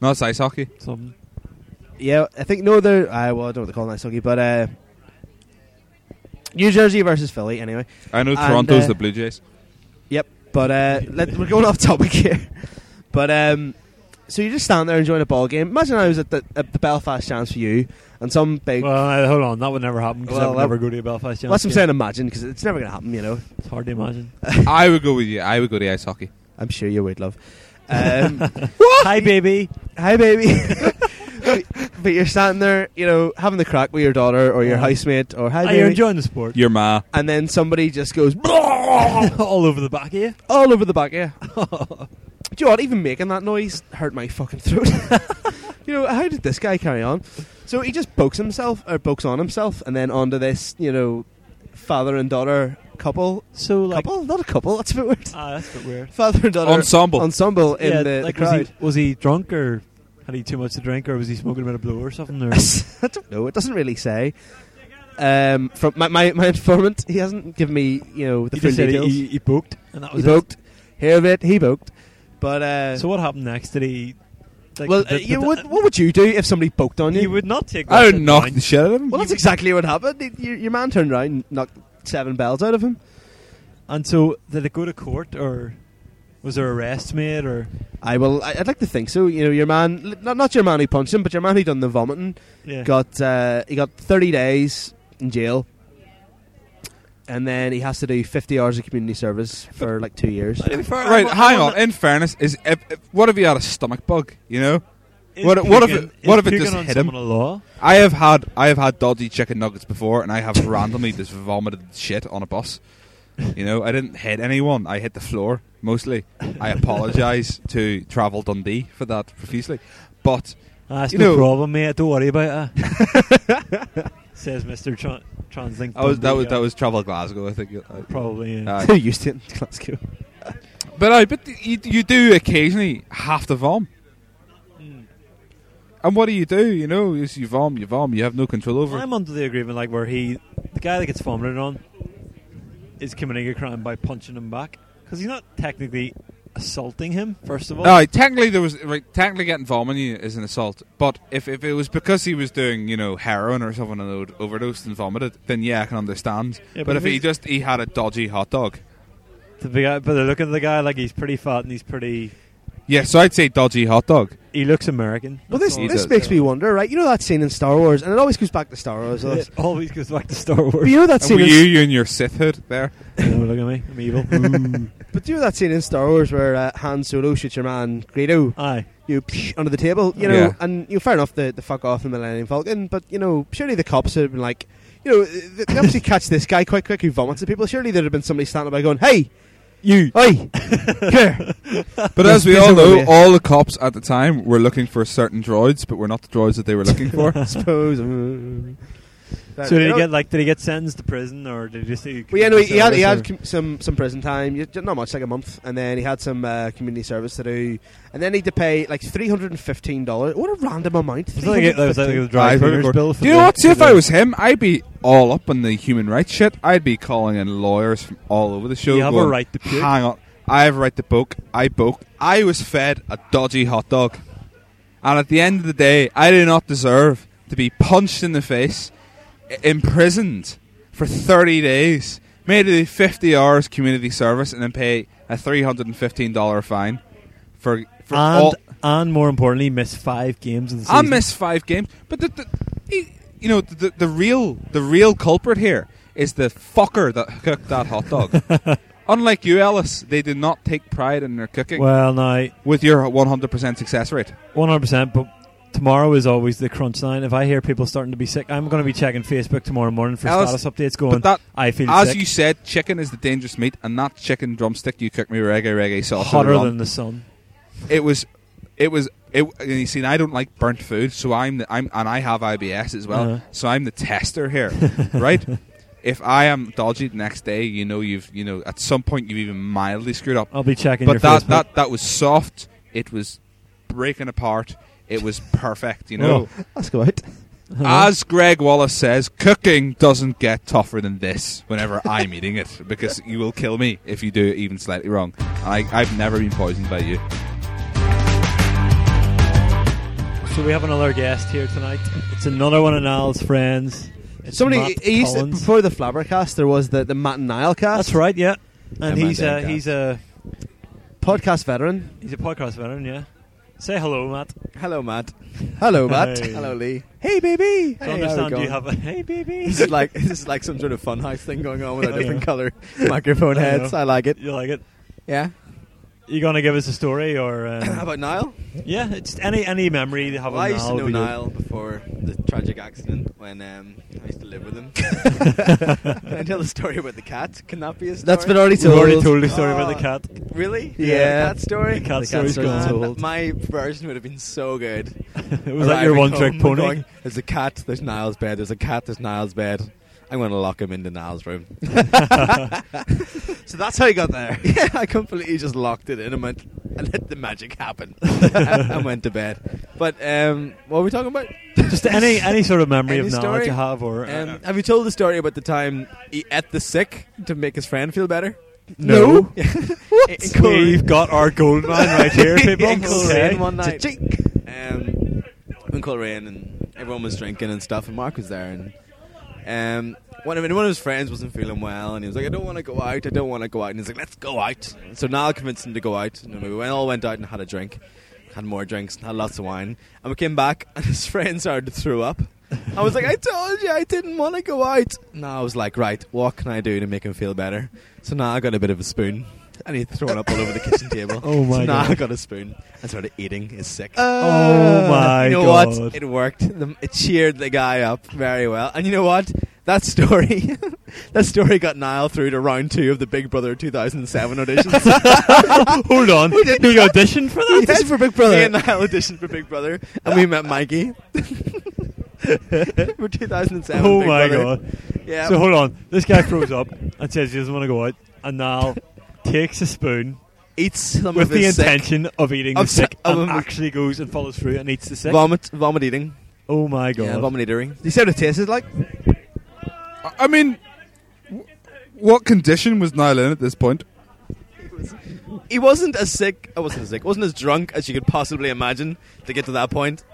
S3: No, it's ice hockey.
S2: Something.
S4: Yeah, I think no, they're. Uh, well, I don't know what they call them, ice hockey, but uh, New Jersey versus Philly. Anyway,
S3: I know
S4: And,
S3: Toronto's
S4: uh,
S3: the Blue Jays.
S4: Yep. But uh, let, we're going off topic here. But um, so you just stand there enjoying a ball game. Imagine I was at the, at the Belfast chance for you, and some big.
S2: Well, uh, hold on, that would never happen because I
S4: Well,
S2: would
S4: that-
S2: never go to a Belfast.
S4: well, that's what I'm
S2: Giants game.
S4: saying. Imagine because it's never going to happen. You know,
S2: It's hard to imagine.
S3: I would go with you. I would go to ice hockey.
S4: I'm sure you would love. Um,
S2: Hi, baby.
S4: hi baby but, but you're standing there you know having the crack with your daughter or your
S2: Yeah.
S4: housemate or hi
S2: Are
S4: baby
S2: you enjoying the sport?
S3: Your ma.
S4: and then somebody just goes
S2: All over the back of you.
S4: all over the back yeah do you know what even making that noise hurt my fucking throat you know how did this guy carry on so he just pokes himself or pokes on himself and then onto this you know father and daughter couple
S2: So like,
S4: couple not a couple that's a bit weird
S2: ah, that's a bit weird.
S4: father and daughter
S3: Ensemble.
S4: ensemble in
S2: yeah,
S4: the,
S2: like
S4: the crowd
S2: Was, he, was he drunk or had he too much to drink or was he smoking a bit of blow or something? Or
S4: I don't know. It doesn't really say. Um, from my, my, my informant, he hasn't given me you know the
S2: he
S4: full
S2: just said he,
S4: details.
S2: he, he booked, and that
S4: he
S2: was it.
S4: booked. Hear of it? He booked. But uh,
S2: So what happened next? Did he? Like,
S4: well,
S2: did-
S4: uh, you
S2: did-
S4: would, what would you do if somebody booked on you?
S2: He would not take.
S3: I
S2: that
S3: would knock
S2: down.
S3: the shit out of him.
S4: Well, that's exactly what happened. Y- Your, your man turned around and knocked seven bells out of him.
S2: And so did it go to court or was there arrest made or?
S4: I will. I, I'd like to think so. You know, your man, not not your man who punched him, but your man who done the vomiting
S2: Yeah.
S4: got uh, he got thirty days in jail. And then he has to do fifty hours of community service for like two years.
S3: Right, hang on. In fairness, is if, if, what if he had a stomach bug? You know,
S2: Is
S3: What- what if
S2: puking-
S3: it- what
S2: is
S3: if it
S2: puking
S3: just
S2: on
S3: hit him?
S2: someone a law?
S3: I have had I have had dodgy chicken nuggets before, and I have randomly just vomited shit on a bus. You know, I didn't hit anyone. I hit the floor mostly. I apologise to Travel Dundee for that profusely, but
S2: Ah, That's
S3: You
S2: no
S3: know-
S2: problem, mate. Don't worry about it. Says Mister Tran- Translink.
S3: I was that
S2: Dundee,
S3: was
S2: uh,
S3: that was Travel Glasgow. I think Uh,
S2: probably. Yeah.
S3: uh,
S4: Too used to it in Glasgow.
S3: But I, but you, you do occasionally have to vom. And what do you do? You know, is you vom, you vom. You have no control over. it.
S2: I'm under the agreement like where he, the guy that gets vomited on, is committing a crime by punching him back because he's not technically assaulting him. First of all,
S3: No, technically there was right, technically getting vom on you is an assault. But if, if it was because he was doing you know heroin or something and od- overdosed and vomited, then yeah, I can understand.
S2: Yeah,
S3: but,
S2: but
S3: if
S2: if
S3: he
S2: he's-
S3: just he had a dodgy hot dog,
S2: The big guy- but they're looking at the guy like he's pretty fat and he's pretty.
S3: yeah. So I'd say dodgy hot dog.
S2: He looks American.
S4: Well, this
S3: all.
S4: this
S3: He
S4: makes me wonder, right? You know that scene in Star Wars, and it always goes back to Star Wars.
S2: It
S4: always.
S2: always goes back to Star Wars.
S4: But you know that
S3: And were
S4: scene. In,
S3: you you and your Sith hood there?
S2: Don't look at me. I'm evil. Mm.
S4: But do you know that scene in Star Wars where uh, Han Solo shoots your man Greedo,
S2: Aye.
S4: you psh, under the table, you know,
S3: Yeah.
S4: and you know, fair enough the the fuck off the Millennium Falcon, but you know, surely the cops would have been like, you know, they they obviously catch this guy quite quick who vomits at people. Surely there'd have been somebody standing by going, "Hey,
S2: You.
S4: oi, here."
S3: But as we
S4: There's
S3: all
S4: a
S3: know,
S4: movie.
S3: all the cops at the time were looking for certain droids, but were not the droids that they were looking for.
S4: Suppose.
S2: So did he get like? Did he get sentenced to prison or did he just?
S4: Well, yeah, no, he had, he had com- some, some prison time, you- not much, like a month, and then he had some uh, community service to do, and then he had to pay like three hundred and fifteen dollars. What a random amount!
S2: Was that like, that was like a
S4: $315.
S2: dry
S3: Aye, very
S2: cleaners
S3: good.
S2: bill. for
S3: Do you
S2: the-
S3: know what? See,
S2: for
S3: if
S2: the-
S3: I was him, I'd be all up on the human rights shit. I'd be calling in lawyers from all over the show.
S2: You have a
S3: going,
S2: right to puke.
S3: Hang on, I have a right to poke. I poke. I was fed a dodgy hot dog, and at the end of the day, I do not deserve to be punched in the face, i- imprisoned for thirty days, made to do fifty hours community service, and then pay a three hundred and fifteen dollar fine for for all
S2: and and more importantly, miss five games of the
S3: I
S2: season.
S3: missed five games, but the, the he- you know the, the real the real culprit here is the fucker that cooked that hot dog. Unlike you, Ellis, they do not take pride in their cooking
S2: Well, now
S3: with your 100% success rate.
S2: One hundred percent. But tomorrow is always the crunch line. If I hear people starting to be sick, I'm going to be checking Facebook tomorrow morning for
S3: Alice,
S2: status updates. Going,
S3: but that-
S2: I feel
S3: As
S2: sick,
S3: you said, chicken is the dangerous meat, and that chicken drumstick you cooked me reggae reggae sauce.
S2: hotter
S3: earlier on,
S2: than the sun.
S3: it was, it was. It, and you see, I don't like burnt food, so I'm the, I'm and I have IBS as well,
S2: Uh-huh.
S3: so I'm the tester here, right? If I am dodgy the next day, you know you've you know at some point you've even mildly screwed up.
S2: I'll be checking. Oh, your
S3: but that,
S2: Facebook.
S3: that that was soft. It was breaking apart. It was perfect. You know,
S2: Oh,
S4: Let's go out.
S2: uh-huh.
S3: as Greg Wallace says, cooking doesn't get tougher than this. Whenever I'm eating it, because you will kill me if you do it even slightly wrong. I, I've never been poisoned by you.
S2: So we have another guest here tonight. It's another one of Niall's friends. It's
S4: Somebody
S2: Matt
S4: he used to,
S2: Collins.
S4: before the Flabbercast, there was the the Matt and Niall cast.
S2: That's right, yeah. And
S3: Yeah,
S2: he's uh,
S3: my
S2: a,
S3: dad got
S2: he's a
S4: podcast veteran.
S2: he's a podcast veteran, yeah. Say hello, Matt.
S8: Hello, Matt.
S4: Hello, Matt.
S2: Hey.
S8: Hello, Lee.
S4: Hey, baby.
S2: So I
S8: Hey, how we
S2: understand you
S8: going?
S2: have a hey baby.
S8: This is like this is like some sort of funhouse thing going on with a
S2: Yeah.
S8: different color microphone
S2: I know.
S8: heads. I like it.
S2: you like it?
S8: Yeah.
S2: You gonna give us a story or
S8: How
S2: um,
S8: about Niall?
S2: yeah? It's any any memory you have.
S8: Well,
S2: of
S8: I used
S2: Niall
S8: to know
S2: would be good.
S8: Niall before the tragic accident when um, I used to live with him. Can I tell the story about the cat? Can that be a story?
S4: That's been already
S2: We've
S4: told.
S2: already told the story about
S8: Oh.
S2: the cat.
S8: Really?
S4: Yeah.
S8: The cat story?
S2: The cat story's
S4: story's
S2: gone.
S4: gone.
S8: Man, My version would have been so good.
S2: It was like your
S8: Arriving
S2: one trick
S8: home,
S2: pony.
S8: going, there's a cat, there's Niall's bed, there's a cat, there's Niall's bed. I'm going to lock him into Niall's room.
S4: So that's how you got there.
S8: yeah, I completely just locked it in and went, I let the magic happen. and, and went to bed. But um, what were we talking about?
S2: Just any any sort of memory
S8: Any
S2: of Niall
S8: story?
S2: that you have or uh,
S8: Um, have you told the story about the time he ate the sick to make his friend feel better?
S2: no.
S8: What? In, in
S2: We've got our gold mine right here, people.
S8: in
S2: Okay.
S8: Coleraine one night. Um, in Coleraine, and everyone was drinking and stuff, and Mark was there, and um, one of one of his friends wasn't feeling well, and he was like, "I don't want to go out. I don't want to go out." And he's like, "Let's go out." So Niall convinced him to go out, and we went- all went out and had a drink, had more drinks, and had lots of wine, and we came back, and his friend started to throw up. I was like, I told you I didn't want to go out. And I was like, right, what can I do to make him feel better? So now I got a bit of a spoon, and he'd thrown up all over the kitchen table.
S2: Oh my
S8: so now
S2: God.
S8: I got a spoon and started eating his sick. Uh,
S2: Oh my
S8: you know
S2: god.
S8: what? It worked. The, it cheered the guy up very well. And you know what? That story, that story got Niall through to round two of the Big Brother 2007 auditions.
S2: Hold on. We auditioned for that?
S8: Yes.
S4: for Big
S8: Me
S4: Brother.
S8: and Niall auditioned for Big Brother, and we met Mikey for 2007.
S2: Oh
S8: Big
S2: my
S8: Brother.
S2: god.
S8: Yeah.
S2: So hold on. This guy throws up and says he doesn't want to go out and now takes a spoon
S8: eats some
S2: with
S8: of
S2: the
S8: his sick
S2: intention of eating
S8: Of
S2: the sick
S8: sick- of
S2: and
S8: him-
S2: actually goes and follows through and eats the sick.
S8: vomit, vomit eating.
S2: oh my god.
S8: Yeah, vomit eating.
S4: You see what it tasted like?
S3: I- I mean, w- what condition was Niall in at this point?
S8: He wasn't as sick. I wasn't as sick. Wasn't as drunk as you could possibly imagine to get to that point.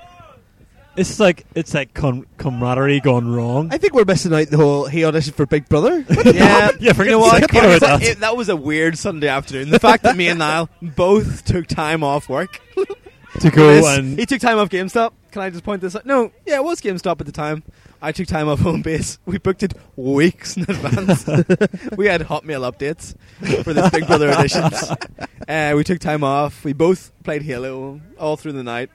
S2: It's like it's like com- camaraderie gone wrong.
S4: I think we're missing out the whole he auditioned for Big Brother.
S8: yeah,
S2: Yeah, forget
S8: you know
S2: the
S8: what?
S2: sick part
S8: It was
S2: about
S8: a-
S2: that.
S8: it- was a weird Sunday afternoon. The fact that me and Niall both took time off work.
S2: to go
S8: This-
S2: and
S8: he took time off GameStop. Can I just point this out? No, yeah, it was GameStop at the time. I took time off home base. We booked it weeks in advance. we had Hotmail updates for this Big Brother editions. Uh, we took time off. We both played Halo all through the night.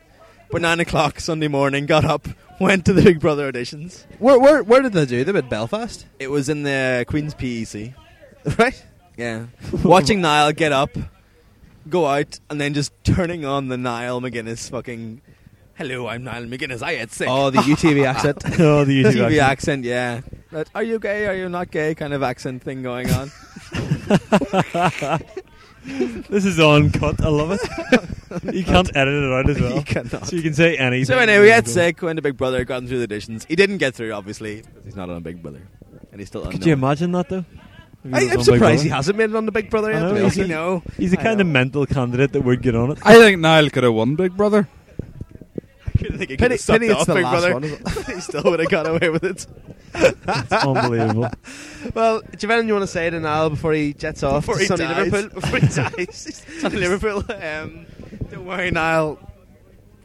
S8: But nine o'clock Sunday morning, got up, went to the Big Brother auditions.
S4: Where, where, where did they do them? In Belfast?
S8: It was in the Queen's E PEC.
S4: Right?
S8: Yeah. Watching Niall get up, go out, and then just turning on the Niall McGuinness fucking. Hello, I'm Niall McGuinness. I had sick.
S4: Oh, the UTV accent.
S2: oh, the YouTube accent.
S8: TV accent, yeah. That, are you gay? Are you not gay? Kind of accent thing going on.
S2: This is uncut. I love it. you can't edit it out as well.
S8: you cannot.
S2: So you can say anything.
S8: So anyway, we had
S2: Go.
S8: sick. Went to Big Brother. Got him through the auditions. He didn't get through, obviously. 'cause He's not on Big Brother, and he's still
S2: Could you
S8: unknown.
S2: imagine that though? If
S4: I,
S2: he was on
S4: I'm
S2: Big
S4: surprised he
S2: Brother.
S4: hasn't made it on the Big Brother
S2: I
S4: yet.
S2: know,
S4: to be
S2: he's
S4: honest.
S8: Oh, You know,
S2: He's the
S8: I
S2: kind of
S8: know.
S2: mental candidate that would get on it.
S3: I think Niall could have won Big Brother.
S8: I couldn't think he could
S4: Pity,
S8: have sucked
S4: pity it's
S8: off
S4: the
S8: Big
S4: last
S8: Brother.
S4: one. isn't it?
S8: he still would have got away with it.
S2: It's unbelievable.
S4: Well, do you have anything you want to say to Niall before he jets off
S8: before
S4: to
S8: he
S4: sunny
S8: dies.
S4: Liverpool?
S8: Before he dies. Sunny Liverpool. Um, don't worry, Niall.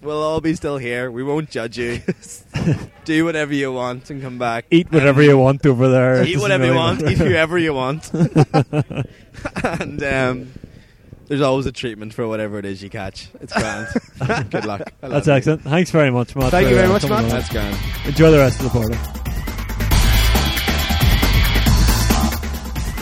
S8: We'll all be still here. We won't judge you. Do whatever you want and come back.
S2: Eat whatever you want over there. It
S8: Eat
S2: doesn't
S8: whatever you
S2: really
S8: want,
S2: matter.
S8: if you ever you want. and um, there's always a treatment for whatever it is you catch. It's grand. Good luck. I love
S2: That's
S8: you.
S2: excellent. Thanks very much, Matt.
S4: Thank
S2: for,
S4: you very
S2: uh,
S4: much,
S2: coming
S4: Matt.
S2: on.
S8: That's grand.
S2: Enjoy the rest of the party.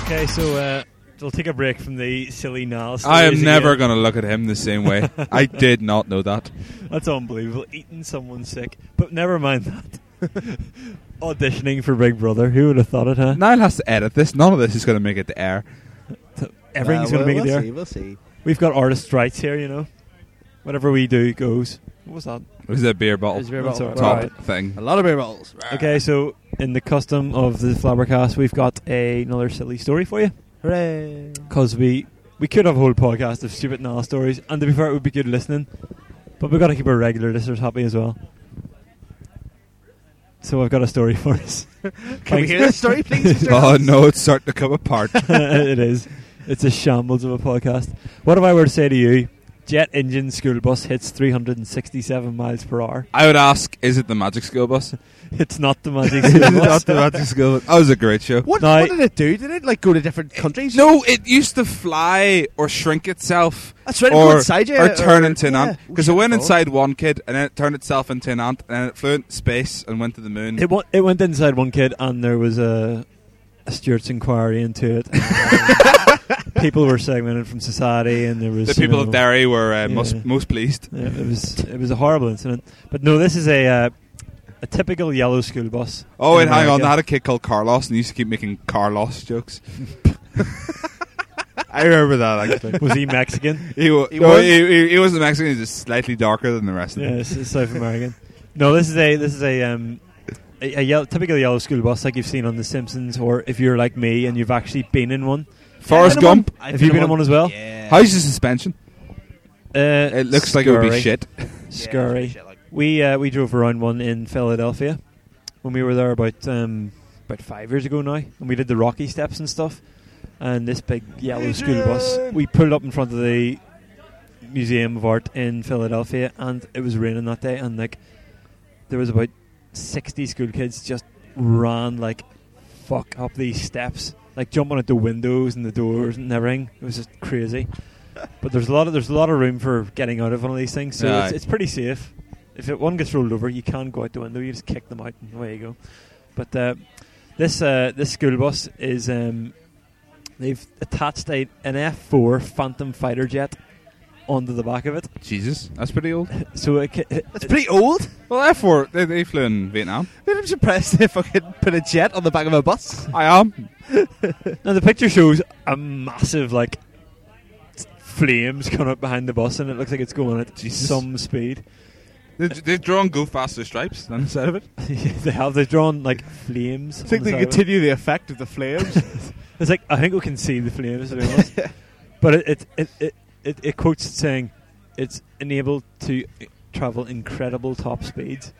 S2: Okay, so uh, we'll take a break from the silly Niall.
S3: I am
S2: stories
S3: never
S2: again.
S3: going to look at him the same way. I did not know that.
S2: That's unbelievable. Eating someone sick, but never mind that. Auditioning for Big Brother. Who would have thought it, huh?
S3: Niall has to edit this. None of this is going to make it to air.
S2: Everything's
S4: Well,
S2: going to make
S4: we'll
S2: it there.
S4: See, we'll see.
S2: We've got artist rights here, you know. Whatever we do goes. What was that?
S3: It was a beer bottle
S4: It's very
S2: That's
S4: well-
S2: all
S3: top
S2: right.
S3: thing.
S4: A lot of beer bottles.
S2: Okay, so in the custom of the Flabbercast, we've got a, another silly story for you.
S4: Hooray.
S2: Because we, we could have a whole podcast of stupid Niall stories, and to be fair, it would be good listening. But we've got to keep our regular listeners happy as well. So I've got a story for us.
S4: Can we
S2: Thanks.
S4: hear this story, please?
S3: Oh no, it's starting to come apart.
S2: it is. It's a shambles of a podcast. What if I were to say to you, jet engine school bus hits 367 miles per hour.
S3: I would ask, is it the Magic School Bus?
S2: It's not the magic
S3: Is it
S2: school
S3: not
S2: bus.
S3: the Magic School Bus? That was a great show.
S4: What,
S2: No,
S4: what did it do? Did it like go to different countries?
S3: No, it used to fly or shrink itself
S4: that's right. it
S3: or,
S4: went inside you,
S3: or turn into an
S4: yeah.
S3: ant.
S4: Oh,
S3: Because
S4: shit,
S3: it went
S4: oh.
S3: inside one kid and then it turned itself into an ant and then it flew into space and went to the moon.
S2: It, wa- it went inside one kid, and there was a, a Stewart's inquiry into it. people were segmented from society, and there was
S3: the
S2: you
S3: people
S2: know,
S3: of Derry were uh,
S2: Yeah.
S3: most, most pleased.
S2: Yeah, it was it was a horrible incident. But no, this is a uh, a typical yellow school bus.
S3: Oh,
S2: in
S3: wait, hang on.
S2: America.
S3: I had a kid called Carlos, and he used to keep making Carlos jokes. I remember that actually.
S2: was he Mexican?
S3: He, wa-
S4: He
S3: no,
S4: was?
S3: he, he, he wasn't Mexican. He was just slightly darker than the rest of
S2: yeah,
S3: them.
S2: this is South American. No, this is a this is a um, a, a yellow, typical yellow school bus like you've seen on The Simpsons, or if you're like me and you've actually been in one.
S3: Forrest
S2: Been in
S3: Gump.
S2: one? Have you been in one as well?
S4: Yeah.
S3: How's the suspension?
S2: Uh,
S3: It looks like it would be
S2: scurry.
S3: shit.
S2: Scurry. We uh, we drove around one in Philadelphia when we were there about um, about five years ago now, and we did the Rocky Steps and stuff. And this big yellow school bus, we pulled up in front of the Museum of Art in Philadelphia, and it was raining that day, and like there was about sixty school kids just ran like fuck up these steps, like jumping at the windows and the doors and everything. It was just crazy. But there's a lot of there's a lot of room for getting out of one of these things, so it's,
S3: Aye.
S2: it's pretty safe. If it, one gets rolled over, you can go out the window. You just kick them out, and away you go. But uh, this uh, this school bus is um, they've attached a, an F4 Phantom fighter jet onto the back of it,
S3: Jesus, that's pretty old.
S2: so it, ca- it
S4: That's pretty old.
S3: Well, F4, they, they flew in Vietnam.
S4: Man, I'm surprised they fucking put a jet on the back of a bus.
S3: I am.
S2: Now the picture shows a massive like s- flames coming up behind the bus, and it looks like it's going at
S3: Jesus.
S2: some speed.
S3: They, they've drawn Go Faster Stripes on the side of it.
S2: they have they've drawn like flames.
S4: I
S2: on
S4: think
S2: the
S4: they
S2: side of it.
S4: continue the effect of the flames.
S2: It's like I think we can see the flames, to be honest. but it it, it it it it quotes it saying it's enabled to travel incredible top speeds.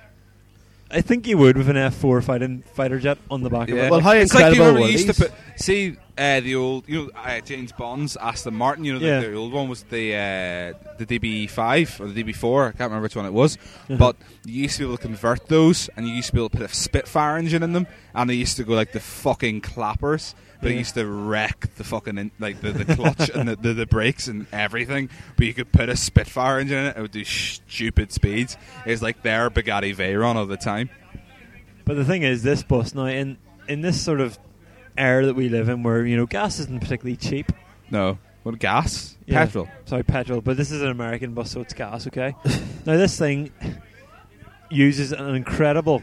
S2: I think you would with an F four fighting fighter jet on the back
S3: Yeah.
S2: of it.
S4: Well, how
S3: it's like you
S4: incredible
S3: remember
S4: were
S3: you used to
S4: these?
S3: put see uh, the old you know uh, James Bond's Aston Martin. You know
S2: Yeah.
S3: the, the old one was the uh, the DB five or the DB four. I can't remember which one it was.
S2: Uh-huh.
S3: But you used to be able to convert those, and you used to be able to put a Spitfire engine in them, and they used to go like the fucking clappers. But it
S2: Yeah.
S3: used to wreck the fucking in, like the, the clutch and the, the, the brakes and everything. But you could put a Spitfire engine in it; it would do stupid speeds. It was like their Bugatti Veyron of the time.
S2: But the thing is, this bus now in in this sort of era that we live in, where you know gas isn't particularly cheap.
S3: No, what gas,
S2: Yeah.
S3: petrol.
S2: Sorry, petrol. But this is an American bus, so it's gas. Okay. now this thing uses an incredible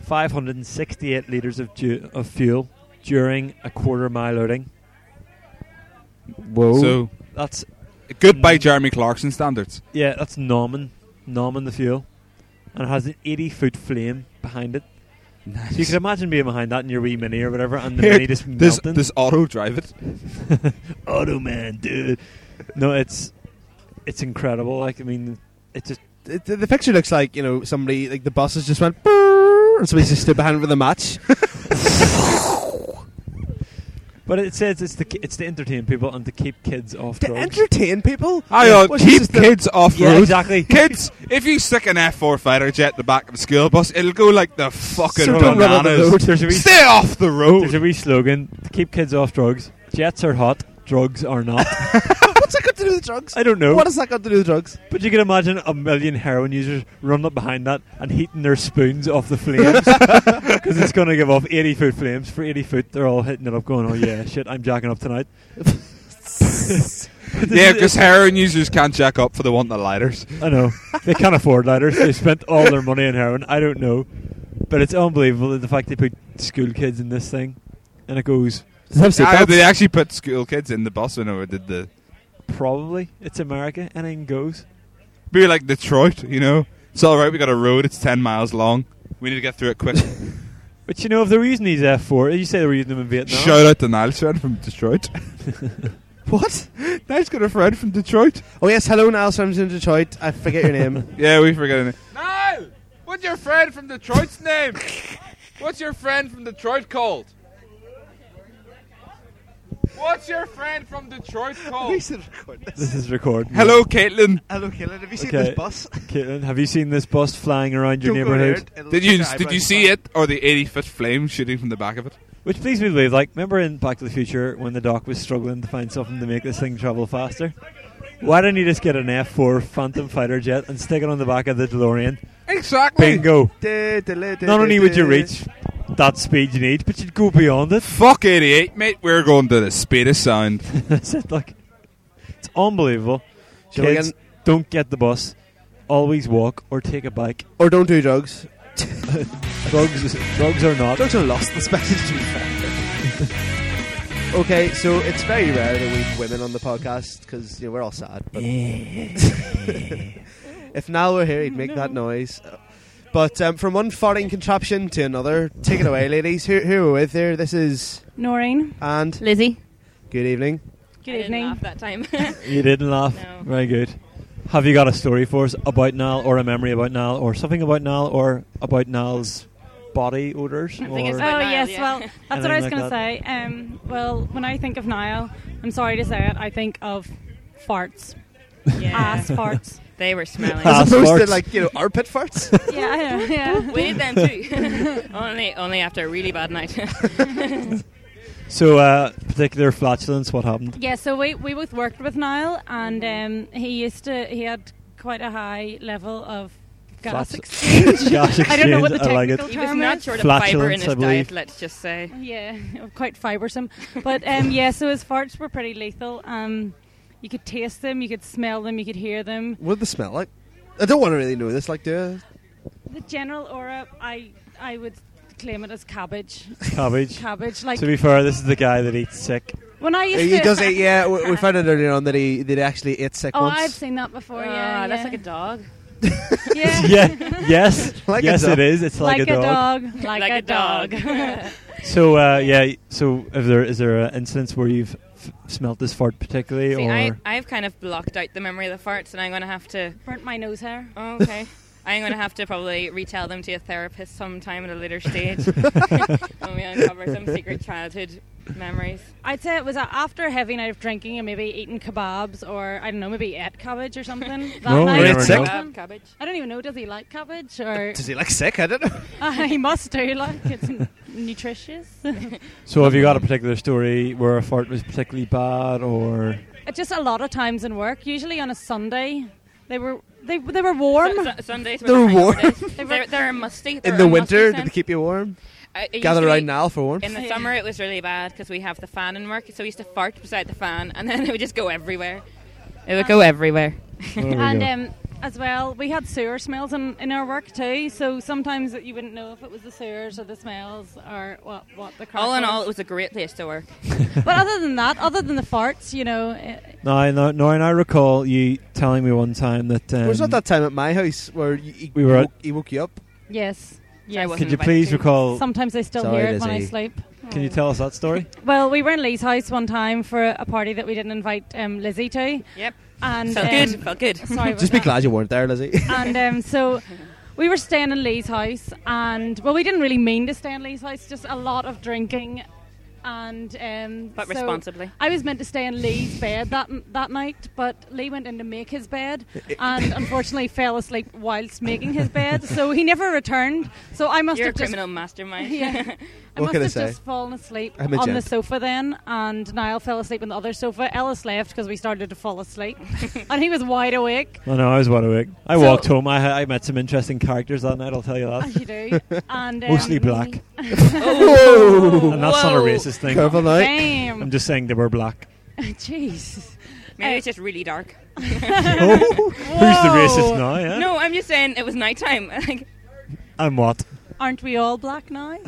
S2: 568 liters of ju- of fuel during a quarter mile outing. Oh.
S4: Whoa.
S3: So
S2: That's
S3: Good by Jeremy Clarkson standards.
S2: yeah, that's Norman, Norman the fuel, and it has an 80 foot flame behind it. So you can imagine being behind that in your wee mini or whatever, and the
S3: Here,
S2: mini just
S3: Does,
S2: melting.
S3: does auto drive it?
S2: Auto man, dude. No, it's it's incredible. Like I mean, it's just
S4: the, the- the picture looks like you know somebody like the buses just went "Brrr," and somebody just stood behind with a match.
S2: But it says it's the ki- it's to entertain people and to keep kids off
S4: to
S2: drugs.
S4: entertain people.
S3: I
S4: Yeah,
S3: uh,
S4: what's
S3: keep
S4: this the-
S3: kids off
S2: yeah,
S3: road.
S2: exactly.
S3: Kids, if you stick an F4 fighter jet at the back of the school bus, it'll go like the fucking
S4: So don't run on the
S3: bananas.
S4: road.
S2: There's a wee,
S3: Stay off the
S2: there's
S3: road.
S2: a wee slogan to keep kids off drugs. Jets are hot, drugs are not.
S4: What's that got to do with drugs?
S2: I don't know,
S4: What has that got to do with drugs?
S2: but you can imagine a million heroin users running up behind that and heating their spoons off the flames because it's going to give off 80 foot flames for 80 foot. They're all hitting it up, going, "Oh yeah, shit, I'm jacking up tonight." But this
S3: Yeah,
S2: is-
S3: because heroin users can't jack up for the want of the lighters.
S2: I know. They can't afford lighters. They spent all their money on heroin. I don't know. But it's unbelievable that the fact they put school kids in this thing. And it goes,
S4: Does
S3: Ah, they actually put school kids in the bus when they did the.
S2: probably. It's America. And then goes.
S3: Be like Detroit, you know? It's alright, we got a road, it's 10 miles long. We need to get through it quick.
S2: But you know, if they were using these F4, you say they were using them in Vietnam.
S3: Shout out to Niles friend from Detroit. what? Niles got a friend from Detroit.
S4: oh yes, hello, Niles from Detroit. I forget your name.
S3: Yeah, we forgot it. Niall! What's your friend from Detroit's name? What's your friend from Detroit called? What?
S9: What's your friend from Detroit
S10: We
S9: called?
S10: should record this.
S2: This is recording.
S3: Hello, Caitlin.
S10: Hello, Caitlin. Have you seen
S2: Okay.
S10: this bus?
S2: Caitlin, have you seen this bus flying around your
S10: Don't go
S2: neighbourhood?
S10: there. It'll
S3: Did
S10: take
S3: you
S10: your
S3: did you
S10: eyebrows
S3: see
S10: off.
S3: it or the eighty foot flame shooting from the back of it?
S2: Which pleads me to believe, like, remember in Back to the Future when the doc was struggling to find something to make this thing travel faster? Why didn't he just get an F4 Phantom fighter jet and stick it on the back of the DeLorean?
S3: Exactly.
S2: Bingo!
S10: Da, da, da, da,
S2: Not
S10: da,
S2: only would you
S10: da.
S2: reach that speed you need, but you'd go beyond it.
S3: Fuck eighty eight, mate. We're going to the speed of sound.
S2: That's it, like, it's unbelievable.
S4: Shall we
S2: Kids, don't get the bus. Always walk or take a bike.
S4: Or don't do drugs.
S2: Drugs, drugs are not.
S10: Drugs are lost. The specs to be fair.
S4: Okay, so it's very rare that we've women on the podcast because you know, we're all sad. But if Niall were here, he'd make that noise. But um, from one farting contraption to another, take it away, ladies. Who, who are we with here? This is
S11: Noreen.
S4: and
S11: Lizzie.
S4: good evening.
S11: Good evening.
S12: that time.
S2: You didn't laugh.
S12: No.
S2: Very good. Have you got a story for us about Niall, or a memory about Niall, or something about Niall, or about Niall's body odours?
S12: I think it's
S2: or-
S12: about
S11: oh
S12: Niall,
S11: yes,
S12: yeah.
S11: well that's what I was
S2: Anything
S11: going to
S2: like
S11: say. Um, well, when I think of Niall, I'm sorry to say it, I think of farts, ass farts.
S12: They were smelling.
S2: Ah.
S4: As opposed
S2: farts.
S4: to like you know armpit farts.
S11: yeah, I know, yeah.
S12: we did them too. only, only after a really bad night.
S2: So, uh, particular flatulence. What happened?
S11: Yeah, so we, we both worked with Niall, and um,
S12: Mm-hmm.
S11: he used to he had quite a high level of gas
S2: Flatu-
S11: exchange.
S2: Gas
S11: I don't know what the
S2: exchange, I
S11: technical
S2: like it.
S12: he was
S11: term
S12: not
S11: is.
S12: short of
S2: Flatulence,
S12: fibre in
S2: I
S12: his
S2: believe.
S12: diet. Let's just say.
S11: Yeah, quite fibresome. But um, yeah, so his farts were pretty lethal. Um, you could taste them, you could smell them, you could hear them.
S4: what did the smell like? I don't want to really know this. Like, do
S11: The general aura, I I would claim it as cabbage.
S2: Cabbage.
S11: Cabbage, like
S2: to be fair, this is the guy that eats sick.
S11: when I
S4: I?
S11: used
S4: he
S11: to.
S4: does it. Yeah, we, we found out earlier on that he that he actually ate sick
S11: Oh,
S4: once.
S11: I've seen that before. yeah,
S12: Ah, that's
S11: yeah.
S12: like a dog.
S11: yeah.
S2: yeah. Yes.
S4: Like a
S2: yes,
S4: dog.
S2: it is. It's like,
S11: Like, a dog. Like,
S12: Like
S11: a,
S12: a
S11: dog.
S2: So, uh, yeah. So, if there is there an instance where you've f- smelt this fart particularly,
S12: See,
S2: or
S12: I, I've kind of blocked out the memory of the farts, and I'm going to have to.
S11: Burnt my nose hair.
S12: Oh, okay. I'm going to have to probably retell them to a therapist sometime at a later stage when we uncover some secret childhood memories.
S11: I'd say it was a- after a heavy night of drinking and maybe eating kebabs or I don't know, maybe ate cabbage or something. That
S2: No,
S11: night.
S2: you
S4: never Sick. know.
S12: Kebab, cabbage.
S11: I don't even know. Does he like cabbage or
S4: Does he like sick? I don't know.
S11: uh, he must do like it's n- nutritious.
S2: so have you got a particular story where a fart was particularly bad, or
S11: Uh, Just a lot of times in work, usually on a Sunday, they were they they were warm.
S12: So, so, some days were
S4: They're
S12: my
S4: warm.
S12: favorite days. They're, they're musty. They're
S4: In
S12: a
S4: the
S12: musty
S4: winter,
S12: scent.
S4: did it keep you warm?
S12: I- it
S4: Gather
S12: used to
S4: around
S12: be-
S4: now for warmth.
S12: In the summer, it was really bad because we have the fan in work, so we used to fart beside the fan, and then it would just go everywhere. It would go everywhere.
S11: and um, as well, we had sewer smells in, in our work too. So sometimes that you wouldn't know if it was the sewers or the smells or what what the crack
S12: All in
S11: was.
S12: all, it was a great place to work.
S11: But other than that, other than the farts, you know, eh,
S2: no, I know, no, and I recall you telling me one time that um,
S4: Well, it was not that time at my house where you, he,
S2: We were
S4: he
S2: at-
S4: woke, he woke you up.
S11: yes,
S12: I
S11: yes.
S12: wasn't
S2: Could you
S12: invited
S2: please
S12: to.
S2: recall?
S11: Sometimes I still
S4: Oh, Sorry,
S11: hear it when I
S4: Lizzie.
S11: sleep.
S2: Can you tell us that story?
S11: Well, we were in Lee's house one time for a party that we didn't invite um, Lizzie to,
S12: Yep.
S11: and
S12: Felt
S11: um,
S12: good. Felt good.
S11: Sorry, about
S4: Just be
S11: that.
S4: glad you weren't there, Lizzie.
S11: and um, so we were staying in Lee's house, and well, we didn't really mean to stay in Lee's house. Just a lot of drinking, and um,
S12: But
S11: so
S12: responsibly.
S11: I was meant to stay in Lee's bed that that night, but Lee went in to make his bed, and unfortunately fell asleep whilst making his bed. So he never returned. So I must
S12: You're a
S11: have just
S12: criminal mastermind.
S11: yeah. I
S4: What
S11: must
S4: can I
S11: have
S4: say?
S11: just fallen asleep
S4: I'm a
S11: on
S4: gent.
S11: the sofa then, and Niall fell asleep on the other sofa. Ellis left because we started to fall asleep, and he was wide awake.
S2: I know I was wide awake. I
S11: So-
S2: walked home. I, ha- I met some interesting characters that night. I'll tell you
S11: As
S2: that.
S11: you do, and um,
S2: Mostly black,
S12: oh,
S2: and that's not a
S12: whoa.
S2: racist thing.
S4: Careful now.
S2: I'm
S11: Damn,
S2: just saying they were black.
S11: jeez.
S12: Maybe it's just really dark.
S2: oh, who's the racist
S11: Whoa.
S2: now? Yeah?
S12: No, I'm just saying it was nighttime. Like,
S2: And what?
S11: Aren't we all black now?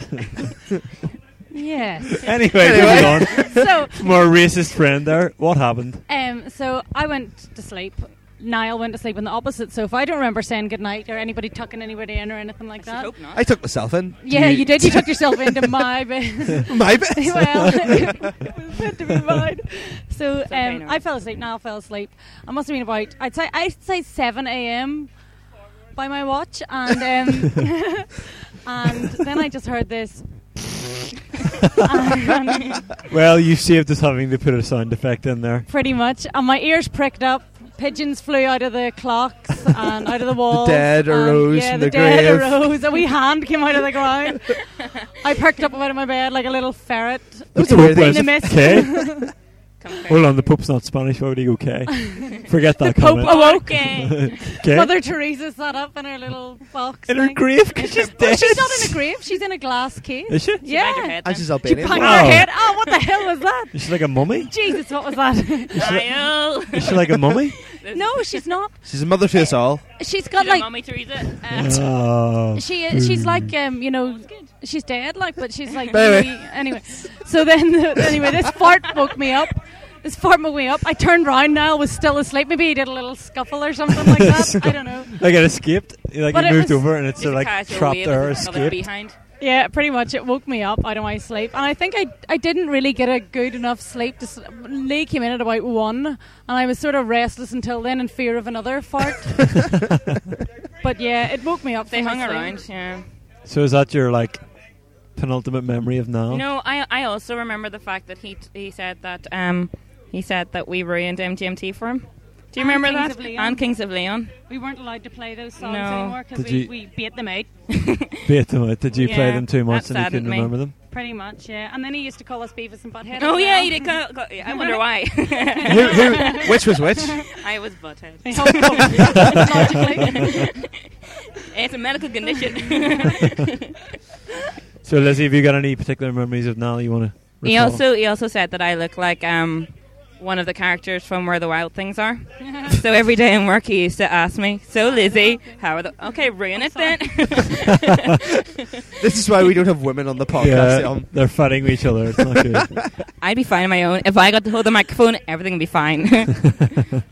S11: yes.
S2: Anyway, moving on.
S11: So,
S2: From our racist friend there. What happened?
S11: um, so I went to sleep. Niall went to sleep on the opposite sofa. I don't remember saying goodnight or anybody tucking anybody in or anything like
S12: I
S11: that.
S12: hope not.
S4: I took myself in.
S11: Yeah, you did. You took yourself into my bed.
S4: My bed.
S11: well, it was meant to be mine. So um,
S12: okay, no.
S11: I fell asleep. Now I fell asleep. I must have been about I'd say I'd say seven a.m. by my watch, and um, and then I just heard this.
S2: well, you saved us having to put a sound effect in there.
S11: Pretty much. And my ears pricked up. Pigeons flew out of the clocks and out of the walls.
S4: dead
S11: and,
S4: arose
S11: yeah,
S4: from
S11: the,
S4: the
S11: dead
S4: grave.
S11: arose. A wee hand came out of the ground. I perked up out of my bed like a little ferret.
S2: What's the
S11: in,
S2: word
S11: in
S2: was?
S11: the mist.
S2: Okay. Hold on, the Pope's not Spanish. Why would he go K? Forget that
S11: the Pope
S2: comment.
S11: awoke.
S2: K?
S11: Mother Teresa sat up in her little box.
S2: In her
S11: thing.
S2: grave, 'cause she's
S11: Well,
S2: dead.
S11: She's not in a grave. She's in a glass case.
S2: Is she? She banged
S11: Yeah.
S12: her head
S4: And she's then.
S11: She
S4: Albanian.
S11: banged
S2: Wow.
S11: her head. Oh, what the hell was that?
S2: Is she like a mummy?
S11: Jesus, what was that?
S12: Niall.
S2: Is she like a mummy?
S11: no, she's not.
S4: She's a mother to us all.
S11: She's got
S12: She's a
S11: like
S12: mummy Teresa.
S4: Oh.
S11: she is, she's like um you know she's dead like but she's like
S4: Anyway.
S11: really- anyway so then anyway this fart woke me up this fart woke me up I turned round Niall was still asleep maybe he did a little scuffle or something like that I don't know
S2: Like it escaped. Like
S11: But
S2: it
S11: it
S2: moved
S11: was-
S2: over and it's sort of like trapped or escaped.
S11: yeah pretty much it woke me up out of my sleep and I think I, I didn't really get a good enough sleep to s- Lee came in at about one and I was sort of restless until then in fear of another fart but yeah it woke me up
S12: They
S11: from my
S12: hung
S11: sleep.
S12: around, yeah.
S2: So is that your like penultimate memory of now?
S12: No, I I also remember the fact that he he said that um he said that we ruined MGMT for him. Do you
S11: And
S12: remember
S11: Kings
S12: that?
S11: of Leon.
S12: And Kings of Leon.
S11: We weren't allowed to play those songs
S12: No.
S11: anymore because
S2: Did
S11: we,
S2: you-
S11: we beat them out.
S2: Beat them out. Did you play
S12: Yeah,
S2: them too much
S12: that
S2: and you couldn't
S12: saddened me.
S2: remember them?
S11: Pretty much, yeah. And then he used to call us Beavis and Butthead.
S12: Oh
S11: as
S12: yeah,
S11: well.
S12: he did. Call, call, yeah, I wonder why.
S11: Who-
S4: who- which was which?
S12: I was butthead.
S2: Logically.
S12: it's a medical condition.
S2: So Lizzie, have you got any particular memories of now you want to?
S12: he also he also said that I look like um one of the characters from Where the Wild Things Are. so every day in work, he used to ask me, "So Lizzie, how are the? Okay, ruin it then."
S4: This is why we don't have women on the podcast.
S2: yeah,
S4: Elm.
S2: they're fighting with each other. It's not good.
S12: I'd be fine on my own. If I got to hold the microphone, everything would be fine.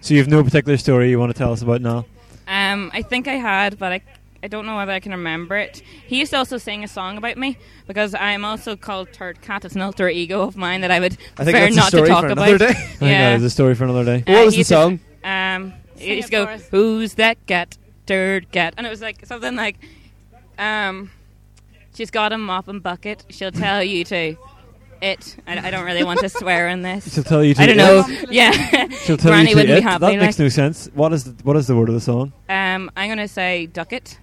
S2: so you've no particular story you want to tell us about now?
S12: Um, I think I had, but I, I don't know whether I can remember it. He used to also sing a song about me because I am also called Turd Cat. It's an alter ego of mine that I would
S4: I think
S12: prefer
S4: that's a
S12: not
S4: story
S12: to talk
S4: for
S12: about.
S4: another day. I
S2: I think
S12: yeah.
S2: that is a story for another day.
S12: Uh,
S4: What was the
S12: he used to-
S4: song?
S12: um, he
S11: Sing
S12: used
S11: it
S12: to go,
S11: for us.
S12: "Who's that cat? Turd cat?" And it was like something like, um, "She's got a mop and bucket. She'll tell you to." It. I, I don't really want to swear in this.
S2: She'll tell you to
S12: I don't know.
S2: it.
S12: Yeah.
S2: She'll tell
S12: Granny
S2: you to
S12: wouldn't
S2: it.
S12: be happy.
S2: that
S12: like,
S2: makes no sense. What is the, what is the word of the song?
S12: um, I'm gonna say ducket.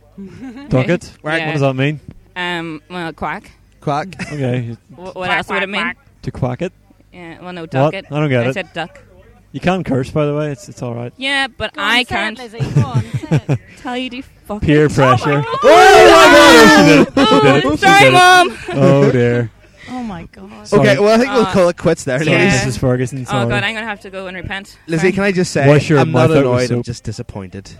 S2: Duck it.
S12: Quack.
S2: What does that mean?
S12: Um, well, quack.
S4: Quack.
S2: Okay,
S12: Wh- what else would it mean?
S2: to quack it.
S12: Yeah, well, no,
S2: What?
S12: duck it.
S2: I don't get
S12: I
S2: it.
S12: said duck.
S2: You can curse, by the way. It's it's all right.
S12: Yeah, but
S11: Go on,
S12: I
S11: say it,
S12: can't
S11: Lizzie. Go on, say it. Oh
S12: tell you to fuck.
S2: Peer pressure.
S11: God.
S2: Oh my God! She did it. She did
S12: Oh,
S2: it. She
S12: sorry,
S2: did it.
S12: Mom.
S2: Oh dear.
S11: Oh my god.
S2: Sorry.
S4: Okay, well, I think we'll
S12: Uh,
S4: call it quits there.
S2: Sorry,
S12: Yeah.
S4: ladies.
S2: Mrs. Ferguson. Sorry.
S12: Oh, God, I'm going to have to go and repent.
S4: Lizzie, can I just say,
S2: Wash your
S4: I'm not
S2: mouth out with
S4: annoyed, I'm
S2: soap.
S4: just disappointed.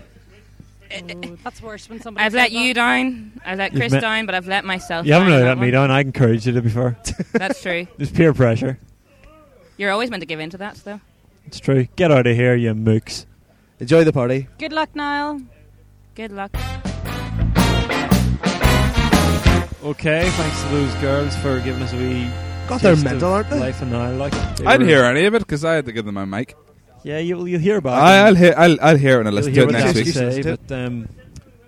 S11: That's worse when somebody.
S12: Eh, I've let
S11: says that.
S12: you down. I've let
S2: You've
S12: Chris
S2: met-
S12: down, but I've let myself
S2: You haven't
S12: down
S2: really
S12: that
S2: let me
S12: one.
S2: down. I encouraged you to be fair.
S12: That's true.
S2: It's peer pressure.
S12: You're always meant to give in to that, though.
S2: It's true. Get out of here, you mooks.
S4: Enjoy the party.
S11: Good luck, Niall.
S12: Good luck.
S2: Okay, thanks to those girls for giving us a wee.
S4: God, they're
S2: taste of
S4: mental, aren't they?
S2: Life and I like. They
S3: I
S2: were-
S3: didn't hear any of it because I had to give them my mic.
S2: Yeah, you'll, you'll hear about.
S3: I,
S2: them.
S3: I'll hear. I'll, I'll hear it and I'll
S2: You'll
S3: listen
S2: hear
S3: to it
S2: what they
S3: next
S2: have to
S3: week.
S2: say, but um,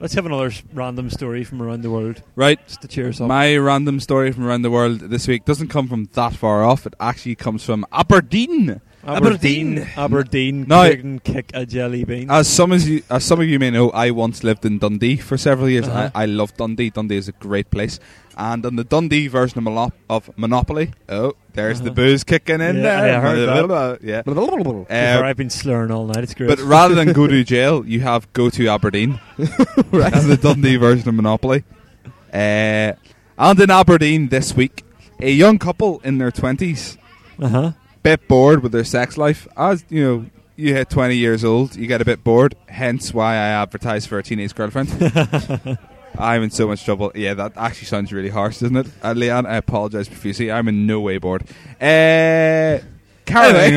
S2: let's have another s- random story from around the world
S3: Right.
S2: just to cheer us up.
S3: My random story from around the world this week doesn't come from that far off. It actually comes from Aberdeen.
S2: Aberdeen, Aberdeen,
S3: No, I- Oh,
S2: couldn't kick a jelly bean.
S3: As some as you, as some of you may know, I once lived in Dundee for several years.
S2: Uh-huh.
S3: I, I love Dundee. Dundee is a great place. And on the Dundee version of, Monop- of Monopoly, oh, there's the
S2: Uh-huh.
S3: booze kicking in
S2: Yeah,
S3: there.
S2: I heard
S3: Yeah.
S4: Um,
S2: Before
S3: Uh,
S2: I've been slurring all night. It's great.
S3: but rather than go to jail, you have go to Aberdeen.
S4: Right.
S3: That's the Dundee version of Monopoly. Uh, and in Aberdeen this week, a young couple in their twenties,
S2: uh huh.
S3: bit bored with their sex life. As you know, you hit twenty years old, you get a bit bored. Hence why I advertise for a teenage girlfriend. I'm in so much trouble. Yeah, that actually sounds really harsh, doesn't it? Uh, Leanne, I apologise profusely. I'm in no way bored. Uh, carrying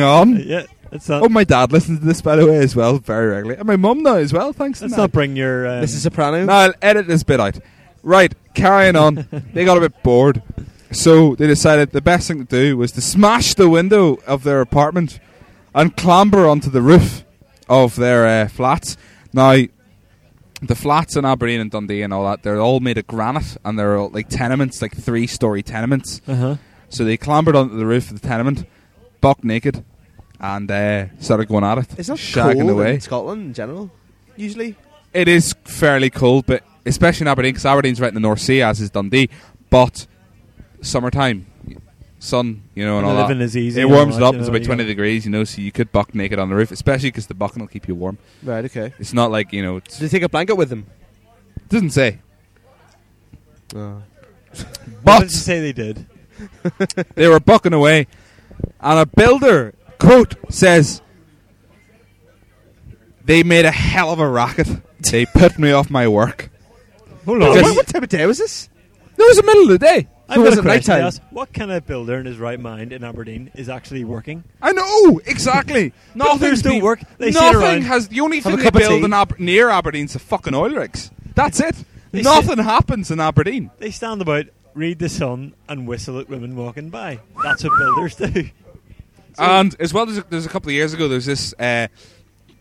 S3: on.
S2: yeah, that's not.
S3: Oh, my dad listens to this, by the way, as well, very regularly. And my mum now as well, thanks to
S2: let's
S3: Nan.
S2: not bring your. Um,
S4: Mrs. Soprano.
S3: No, I'll edit this bit out. Right, carrying on. they got a bit bored. So they decided the best thing to do was to smash the window of their apartment and clamber onto the roof of their uh, flats. Now, the flats in Aberdeen and Dundee and all that, they're all made of granite and they're all like tenements, like three story tenements.
S2: Uh-huh.
S3: So they clambered onto the roof of the tenement, buck naked, and uh, started going at it.
S4: It's not
S3: shagging
S4: cold
S3: away.
S4: in Scotland in general, usually.
S3: It is fairly cold, but especially in Aberdeen, because Aberdeen's right in the North Sea, as is Dundee. But summertime, sun, you know, and
S2: The
S3: all
S2: living
S3: that.
S2: is easy
S3: It
S2: and
S3: warms
S2: all
S3: it
S2: that,
S3: up.
S2: you
S3: It's
S2: know,
S3: about
S2: you
S3: 20
S2: know.
S3: degrees, you know, so you could buck naked on the roof, especially because the bucking will keep you warm.
S4: Right. Okay.
S3: It's not like you know. It's,
S4: Did they take a blanket with them?
S3: Doesn't say.
S4: Uh,
S2: What did you say they did?
S3: they were bucking away, and a builder quote says, "They made a hell of a racket. They put me off my work."
S4: Hold
S3: on.
S4: What, what type of day was this?
S3: No, it was the middle of the day.
S2: I've
S4: was
S2: got a
S4: it nighttime?
S2: question to ask. What kind of builder in his right mind in Aberdeen is actually working?
S3: I know exactly.
S2: Builders
S3: Nothing's
S2: don't
S3: been-
S2: work. They sit
S3: nothing
S2: around,
S3: has. The only
S2: have a
S3: thing they
S2: cup of
S3: build
S2: tea.
S3: in Aber- near Aberdeen's the fucking oil rigs. That's it.
S2: They
S3: nothing happens in Aberdeen.
S2: They stand about, read the sun, and whistle at women walking by. That's what builders do.
S3: and as well, there's a, there's a couple of years ago, there's this uh,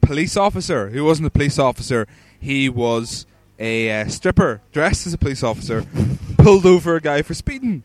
S3: police officer who wasn't a police officer. He was a uh, stripper dressed as a police officer, pulled over a guy for speeding,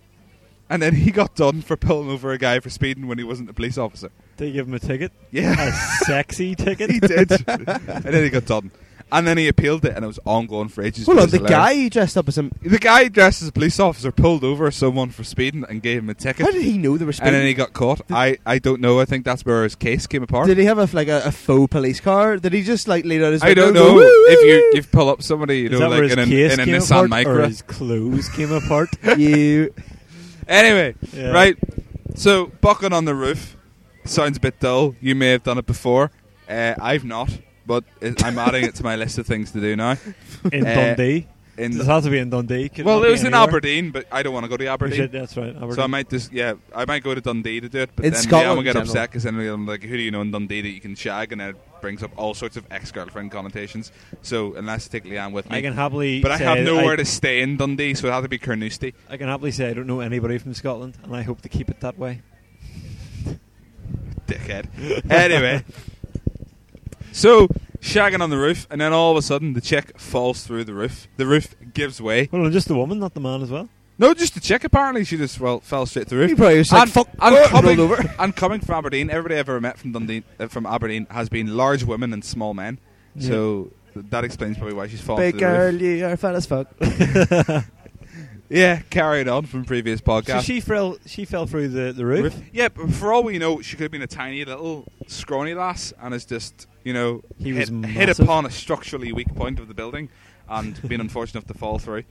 S3: and then he got done for pulling over a guy for speeding when he wasn't a police officer.
S2: They give him a ticket.
S3: Yeah.
S2: A sexy ticket.
S3: He did, and then he got done, and then he appealed it, and it was ongoing for ages.
S4: Hold
S3: It
S4: on,
S3: was
S4: the
S3: hilarious.
S4: guy dressed up as him.
S3: The guy dressed as a police officer pulled over someone for speeding and gave him a ticket.
S4: How did he know they were speeding?
S3: And then he got caught. I, I don't know. I think that's where his case came apart.
S4: Did he have a, like a, a faux police car? Did he just like lay down his?
S3: I
S4: window and
S3: don't
S4: go,
S3: know
S4: "Woo, woo,
S3: if you
S4: woo"?
S3: you pull up somebody you
S2: Is
S3: know
S2: that where
S3: like
S2: his
S3: in, an,
S2: case
S3: in a
S2: came
S3: Nissan
S2: apart, or
S3: Micra.
S2: his clothes came apart?
S4: you.
S3: Anyway,
S2: Yeah.
S3: right. So bucking on the roof sounds a bit dull. You may have done it before. Uh, I've not, but it, I'm adding it to my list of things to do now.
S2: In
S3: Uh,
S2: Dundee?
S3: in-
S2: Does it have to be in Dundee? Could
S3: well,
S2: not
S3: it
S2: be
S3: was in
S2: anywhere?
S3: Aberdeen, but I don't want to go to Aberdeen.
S2: Shit, that's right, Aberdeen.
S3: So I might just yeah, I might go to Dundee to do it. But
S4: In
S3: then
S4: Scotland
S3: yeah, I'm gonna get
S4: in general.
S3: upset because then I'm like, who do you know in Dundee that you can shag? And then it brings up all sorts of ex-girlfriend connotations. So unless I take Leanne with me,
S2: I can happily
S3: But I
S2: say
S3: have
S2: that
S3: nowhere
S2: I-
S3: to stay in Dundee, so it had to be Carnoustie.
S2: I can happily say I don't know anybody from Scotland, and I hope to keep it that way.
S3: dickhead. anyway, so shagging on the roof, and then all of a sudden the chick falls through the roof. The roof gives way.
S2: Well, no, just the woman, not the man as well.
S3: No, just the chick. Apparently, she just well fell straight through.
S4: He probably was like,
S3: and,
S4: "Fuck," oh,"
S3: and
S4: rolled
S3: coming,
S4: over.
S3: And coming from Aberdeen, everybody I ever met from Dundee, uh, from Aberdeen, has been large women and small men.
S2: Yeah.
S3: So th- that explains probably why she's fallen
S4: Big
S3: through the
S4: girl,
S3: roof.
S4: you are fat as fuck.
S3: Yeah, carrying on from previous
S2: So
S3: podcasts.
S2: she fell. She fell through the, the roof.
S3: Yeah, but for all we know, she could have been a tiny little scrawny lass and has just, you know,
S2: He
S3: hit,
S2: was
S3: hit
S2: massive.
S3: upon a structurally weak point of the building and been unfortunate enough to fall through.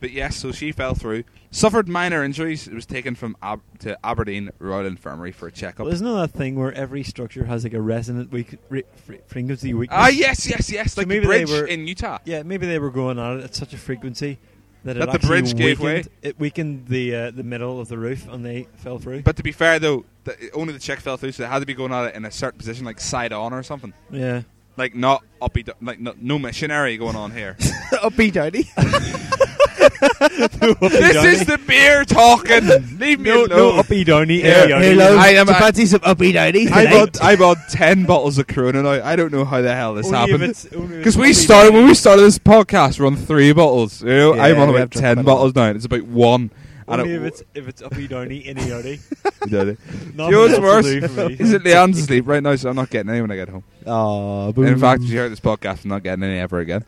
S3: But yes, so she fell through, suffered minor injuries. It was taken from Ab- to Aberdeen Royal Infirmary for a checkup.
S2: Well, isn't there that thing where every structure has like a resonant weak, re, fre- frequency weakness?
S3: ah, yes, yes, yes,
S2: So
S3: like
S2: maybe
S3: the
S2: they
S3: bridge
S2: were-
S3: in Utah.
S2: Yeah, maybe they were going at it at such a frequency that, it
S3: That the
S2: actually
S3: bridge gave way?
S2: weakened- It weakened the uh, the middle of the roof, and they fell through.
S3: But to be fair though, the, only the check fell through, so they had to be going at it in a certain position, like side on or something.
S2: yeah,
S3: Like not uppy, like no, no missionary going on here.
S4: Uppy downy.
S3: this is the beer talking. Leave me
S2: no,
S3: alone.
S2: no uppy downy.
S3: Yeah.
S2: airy-outy.
S4: Hello,
S3: I
S4: I
S3: am-
S4: am. fancy some uppy downy?
S3: I
S4: tonight?
S3: bought I bought ten bottles of Corona now. I don't know how the hell this
S2: Only if
S3: happened.
S2: it's- only if
S3: Because
S2: it's
S3: we
S2: uppy
S3: started
S2: downy.
S3: when we started this podcast, we're on three bottles. You know,
S4: Yeah,
S3: I'm on
S4: we
S3: about
S4: have drunk
S3: ten
S4: quite a lot.
S3: bottles now. and It's about one. And
S2: Only if
S3: it
S2: it's if it's uppy downy, any outy.
S3: Downy.
S2: Nothing
S3: You know what's
S2: else to
S3: worse?
S2: do for me.
S3: Is it Leanne's asleep right now, so I'm not getting any when I get home.
S2: Ah,
S4: Aw,
S3: And in
S4: boo.
S3: fact, if you heard this podcast, I'm not getting any ever again.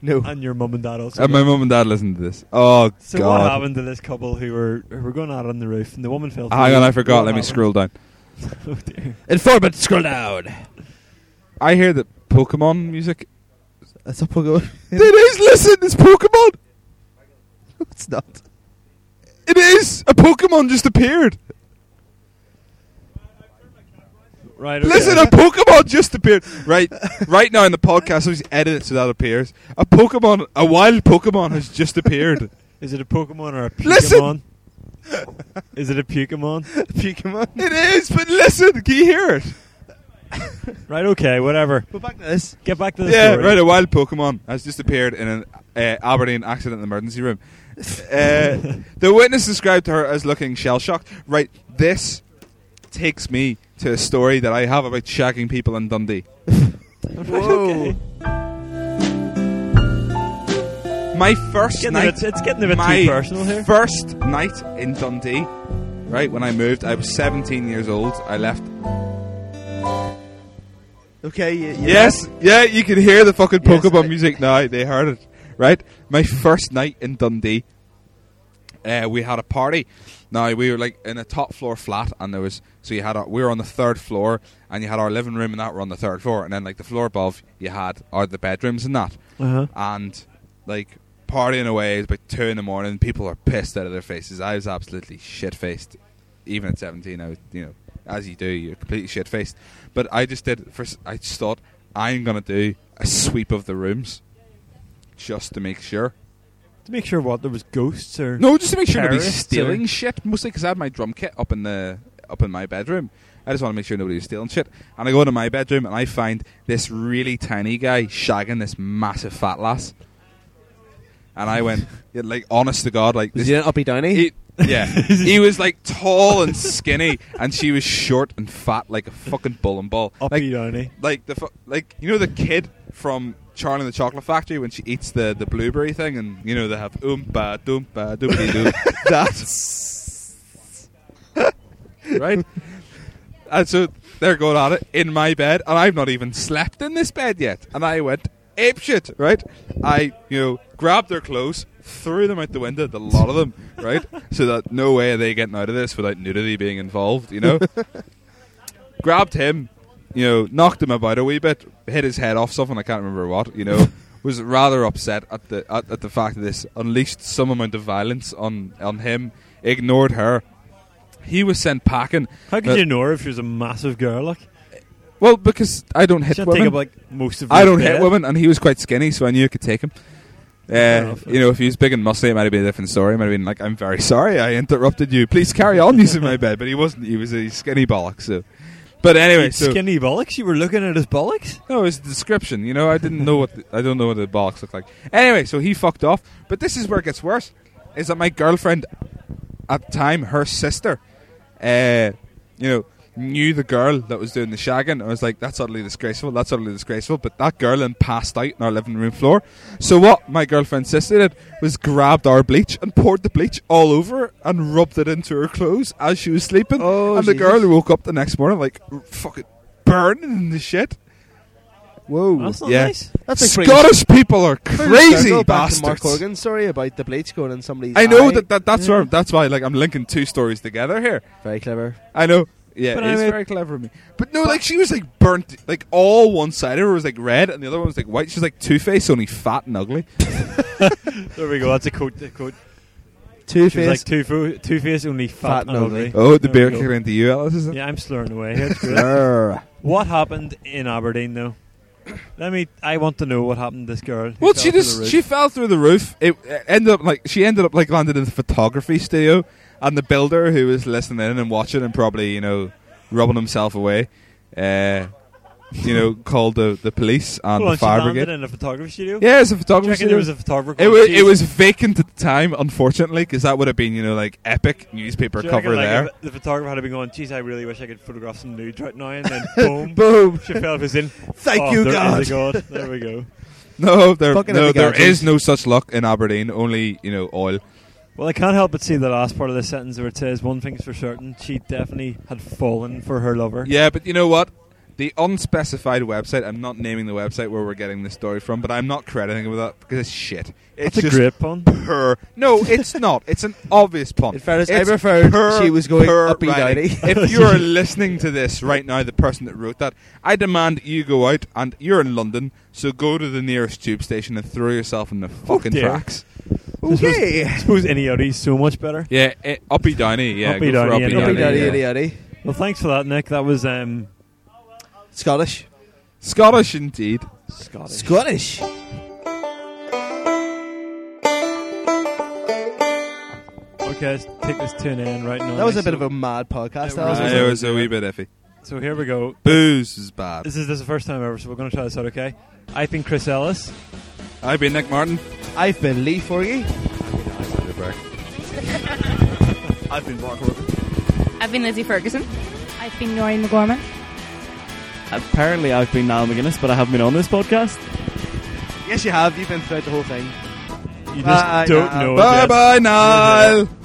S4: no.
S2: And your mum and dad also.
S3: And my mum and dad listen to this. Oh
S2: so
S3: god!
S2: what happened to this couple who were who were going out on the roof, and the woman fell. through?
S3: Hang on, I forgot.
S2: What
S3: Let me
S2: happened?
S3: scroll down.
S2: Oh dear.
S4: Informant, scroll down.
S3: I hear that Pokemon music.
S4: That's up we'll go.
S3: It is. Listen, it's Pokemon.
S4: it's not.
S3: It is a Pokemon just appeared.
S2: Right. okay.
S3: Listen, a Pokemon just appeared. Right, right now in the podcast, somebody's edit it so that appears. A Pokemon, a wild Pokemon has just appeared.
S2: Is it a Pokemon or a
S3: Listen!
S2: Pokemon? Is it a Pokemon?
S4: Pokemon.
S3: it is, but listen, can you hear it?
S2: Right, okay, whatever.
S4: Go back to this.
S2: Get back to the
S3: Yeah,
S2: story.
S3: right. A wild Pokemon has just appeared in an uh, Aberdeen accident emergency room. Uh, the witness described her as looking shell shocked. Right, this takes me to a story that I have about shagging people in Dundee.
S4: Whoa.
S3: My first
S2: Getting a
S3: night.
S2: bit- it's getting a bit too
S3: my
S2: personal here.
S3: First night in Dundee. Right when I moved, I was 17 years old. I left.
S4: Okay. You, you
S3: Yes, yeah, you can hear the fucking Pokemon music now. They heard it, right? My first night in Dundee, uh, we had a party. Now we were like in a top floor flat, and there was so you had our, we were on the third floor, and you had our living room and that were on the third floor, and then like the floor above you had are the bedrooms and that,
S2: Uh-huh.
S3: and like partying away is about two in the morning. People are pissed out of their faces. I was absolutely shit faced, even at seventeen. I was, you know, as you do, you're completely shit faced. But I just did. First, I just thought I'm gonna do a sweep of the rooms, just to make sure.
S2: To make sure what there was ghosts or
S3: No, just to make sure nobody's
S2: terrorists
S3: stealing
S2: or-
S3: shit. Mostly because I had my drum kit up in the up in my bedroom. I just want to make sure nobody was stealing shit. And I go into my bedroom and I find this really tiny guy shagging this massive fat lass. And I went, yeah, like, honest to God, like,
S4: Was
S3: this,
S4: he an uppy downy?
S3: He- yeah, he was like tall and skinny, and she was short and fat, like a fucking bull and ball.
S2: Uppy
S3: like,
S2: downy.
S3: Like the fu- like you know the kid from Charlie and the Chocolate Factory when she eats the, the blueberry thing, and you know they have oompa doompa doobity doo. that right. And so they're going at it in my bed, and I've not even slept in this bed yet. And I went apeshit, right? I, you know, grabbed their clothes, threw them out the window, the lot of them, right? So that no way are they getting out of this without nudity being involved, you know? grabbed him, you know, knocked him about a wee bit, hit his head off something I can't remember what, you know. was rather upset at the at, at the fact that this unleashed some amount of violence on on him, ignored her. He was sent packing.
S2: How could
S3: Uh,
S2: you know her if she was a massive girl? Like,
S3: Well, because I don't hit
S2: Should I
S3: women.
S2: take up, like, most of
S3: I
S2: your
S3: don't
S2: bed?
S3: hit women, and he was quite skinny, so I knew I could take him. Uh,
S2: enough.
S3: you know, if he was big and muscly, it might have been a different story. It might have been like, "I'm very sorry, I interrupted you. Please carry on using my bed." But he wasn't. He was a skinny bollock. So, but anyway, so
S2: skinny bollocks. You were looking at his bollocks.
S3: no, it's a description. You know, I didn't know what the, I don't know what the bollocks look like. Anyway, so he fucked off. But this is where it gets worse. Is that my girlfriend at the time, her sister, uh, you know, knew the girl that was doing the shagging. I was like, that's utterly disgraceful. That's utterly disgraceful. But that girl then passed out on our living room floor. So what my girlfriend's sister did was grabbed our bleach and poured the bleach all over her and rubbed it into her clothes as she was sleeping.
S4: Oh,
S3: and the
S4: Jesus.
S3: girl woke up the next morning like r- fucking burning in the shit.
S4: Whoa.
S2: That's not
S3: Yeah.
S2: nice.
S4: That's like bringing-
S3: Scottish people are
S4: Full
S3: crazy
S4: circle back to Mark
S3: bastards.
S4: Corgan's story about the bleach going in somebody's.
S3: I know
S4: eye.
S3: that, that that's
S4: Yeah.
S3: where that's why like I'm linking two stories together here.
S4: Very clever.
S3: I know. Yeah,
S2: But
S3: it's
S2: anyway-
S3: very clever of me. But no, like she was like burnt, like all one side of her was like red, and the other one was like white. She's like Two Face, only fat and ugly.
S2: There we go. That's a quote. A quote.
S4: Two
S2: She was like
S4: faced.
S2: two fo- two face, only fat, and ugly.
S3: Oh, the
S2: There
S3: beer
S2: we go.
S3: came into you, Alice. Is
S2: Yeah, I'm slurring away. here, it's great.
S3: it?
S2: what happened in Aberdeen though? Let me. I want to know what happened to this girl. who
S3: Well,
S2: fell
S3: she
S2: through
S3: just
S2: the roof.
S3: she fell through the roof. It uh, ended up like she ended up like landed in the photography studio, and the builder who was listening in and watching and probably you know rubbing himself away, uh, you know, called the the police
S2: Hold
S3: and
S2: on,
S3: the fire
S2: she landed
S3: brigade.
S2: in a photography studio.
S3: Yeah, it's a
S2: Do you
S3: photography.
S2: reckon
S3: studio.
S2: there was a photographer.
S3: It was,
S2: Jeez.
S3: it was vacant at the time, unfortunately, because that would have been, you know, like epic newspaper
S2: Do you
S3: cover
S2: reckon, like,
S3: there.
S2: if The photographer had been going. Geez, I really wish I could photograph some nudes right now. And then boom,
S4: Boom.
S2: she fell was in.
S4: Thank
S2: oh,
S4: you,
S2: there
S4: God.
S2: is a God. There we go.
S3: No, there,
S4: Fucking
S3: no, there
S4: epic
S3: is no such luck in Aberdeen. Only, you know, oil.
S2: Well, I can't help but see the last part of the sentence where it says, "One thing's for certain, she definitely had fallen for her lover."
S3: Yeah, but you know what? The unspecified website. I'm not naming the website where we're getting this story from, but I'm not crediting it with that because it's shit.
S2: it's
S3: It's
S2: a
S3: just
S2: great pun.
S3: pur. No, it's not. It's an obvious pun.
S4: In fairness, I
S3: It's
S4: preferred she was going
S3: pur
S4: uppy
S3: writing.
S4: downy.
S3: if you are listening to this right now, the person that wrote that, I demand you go out and you're in London, so go to the nearest tube station and throw yourself in the fucking
S2: Oh, dear.
S3: tracks.
S4: Okay.
S2: I suppose any other is E so much better.
S3: Yeah, eh, uppy downy. Yeah,
S2: Uppy
S3: go for
S2: downy, yeah,
S4: Uppy downy,
S2: yeah.
S4: yaddy, yaddy.
S2: Well, thanks for that, Nick. That was um,
S4: Scottish.
S3: Scottish indeed.
S2: Scottish.
S4: Scottish.
S2: okay, let's take this to an end right now.
S4: That was a
S2: Nick.
S4: bit of a mad podcast.
S2: Yeah,
S4: That was,
S2: right.
S4: wasn't
S3: it
S4: it?
S3: was a wee bit iffy.
S2: So here we go.
S3: Booze is bad.
S2: This is, this is the first time ever, so we're going to try this out, okay? I've been Chris Ellis.
S3: I've been Nick Martin.
S4: I've been Lee Forgy.
S5: I've been Mark Rogan.
S12: I've been Lizzie Ferguson.
S11: I've been Noreen McGorman.
S1: Apparently, I've been Niall McGuinness, but I haven't been on this podcast.
S4: Yes, you have. You've been throughout the whole thing.
S6: You just don't know.
S4: Bye bye,
S6: Nile.
S4: Nile.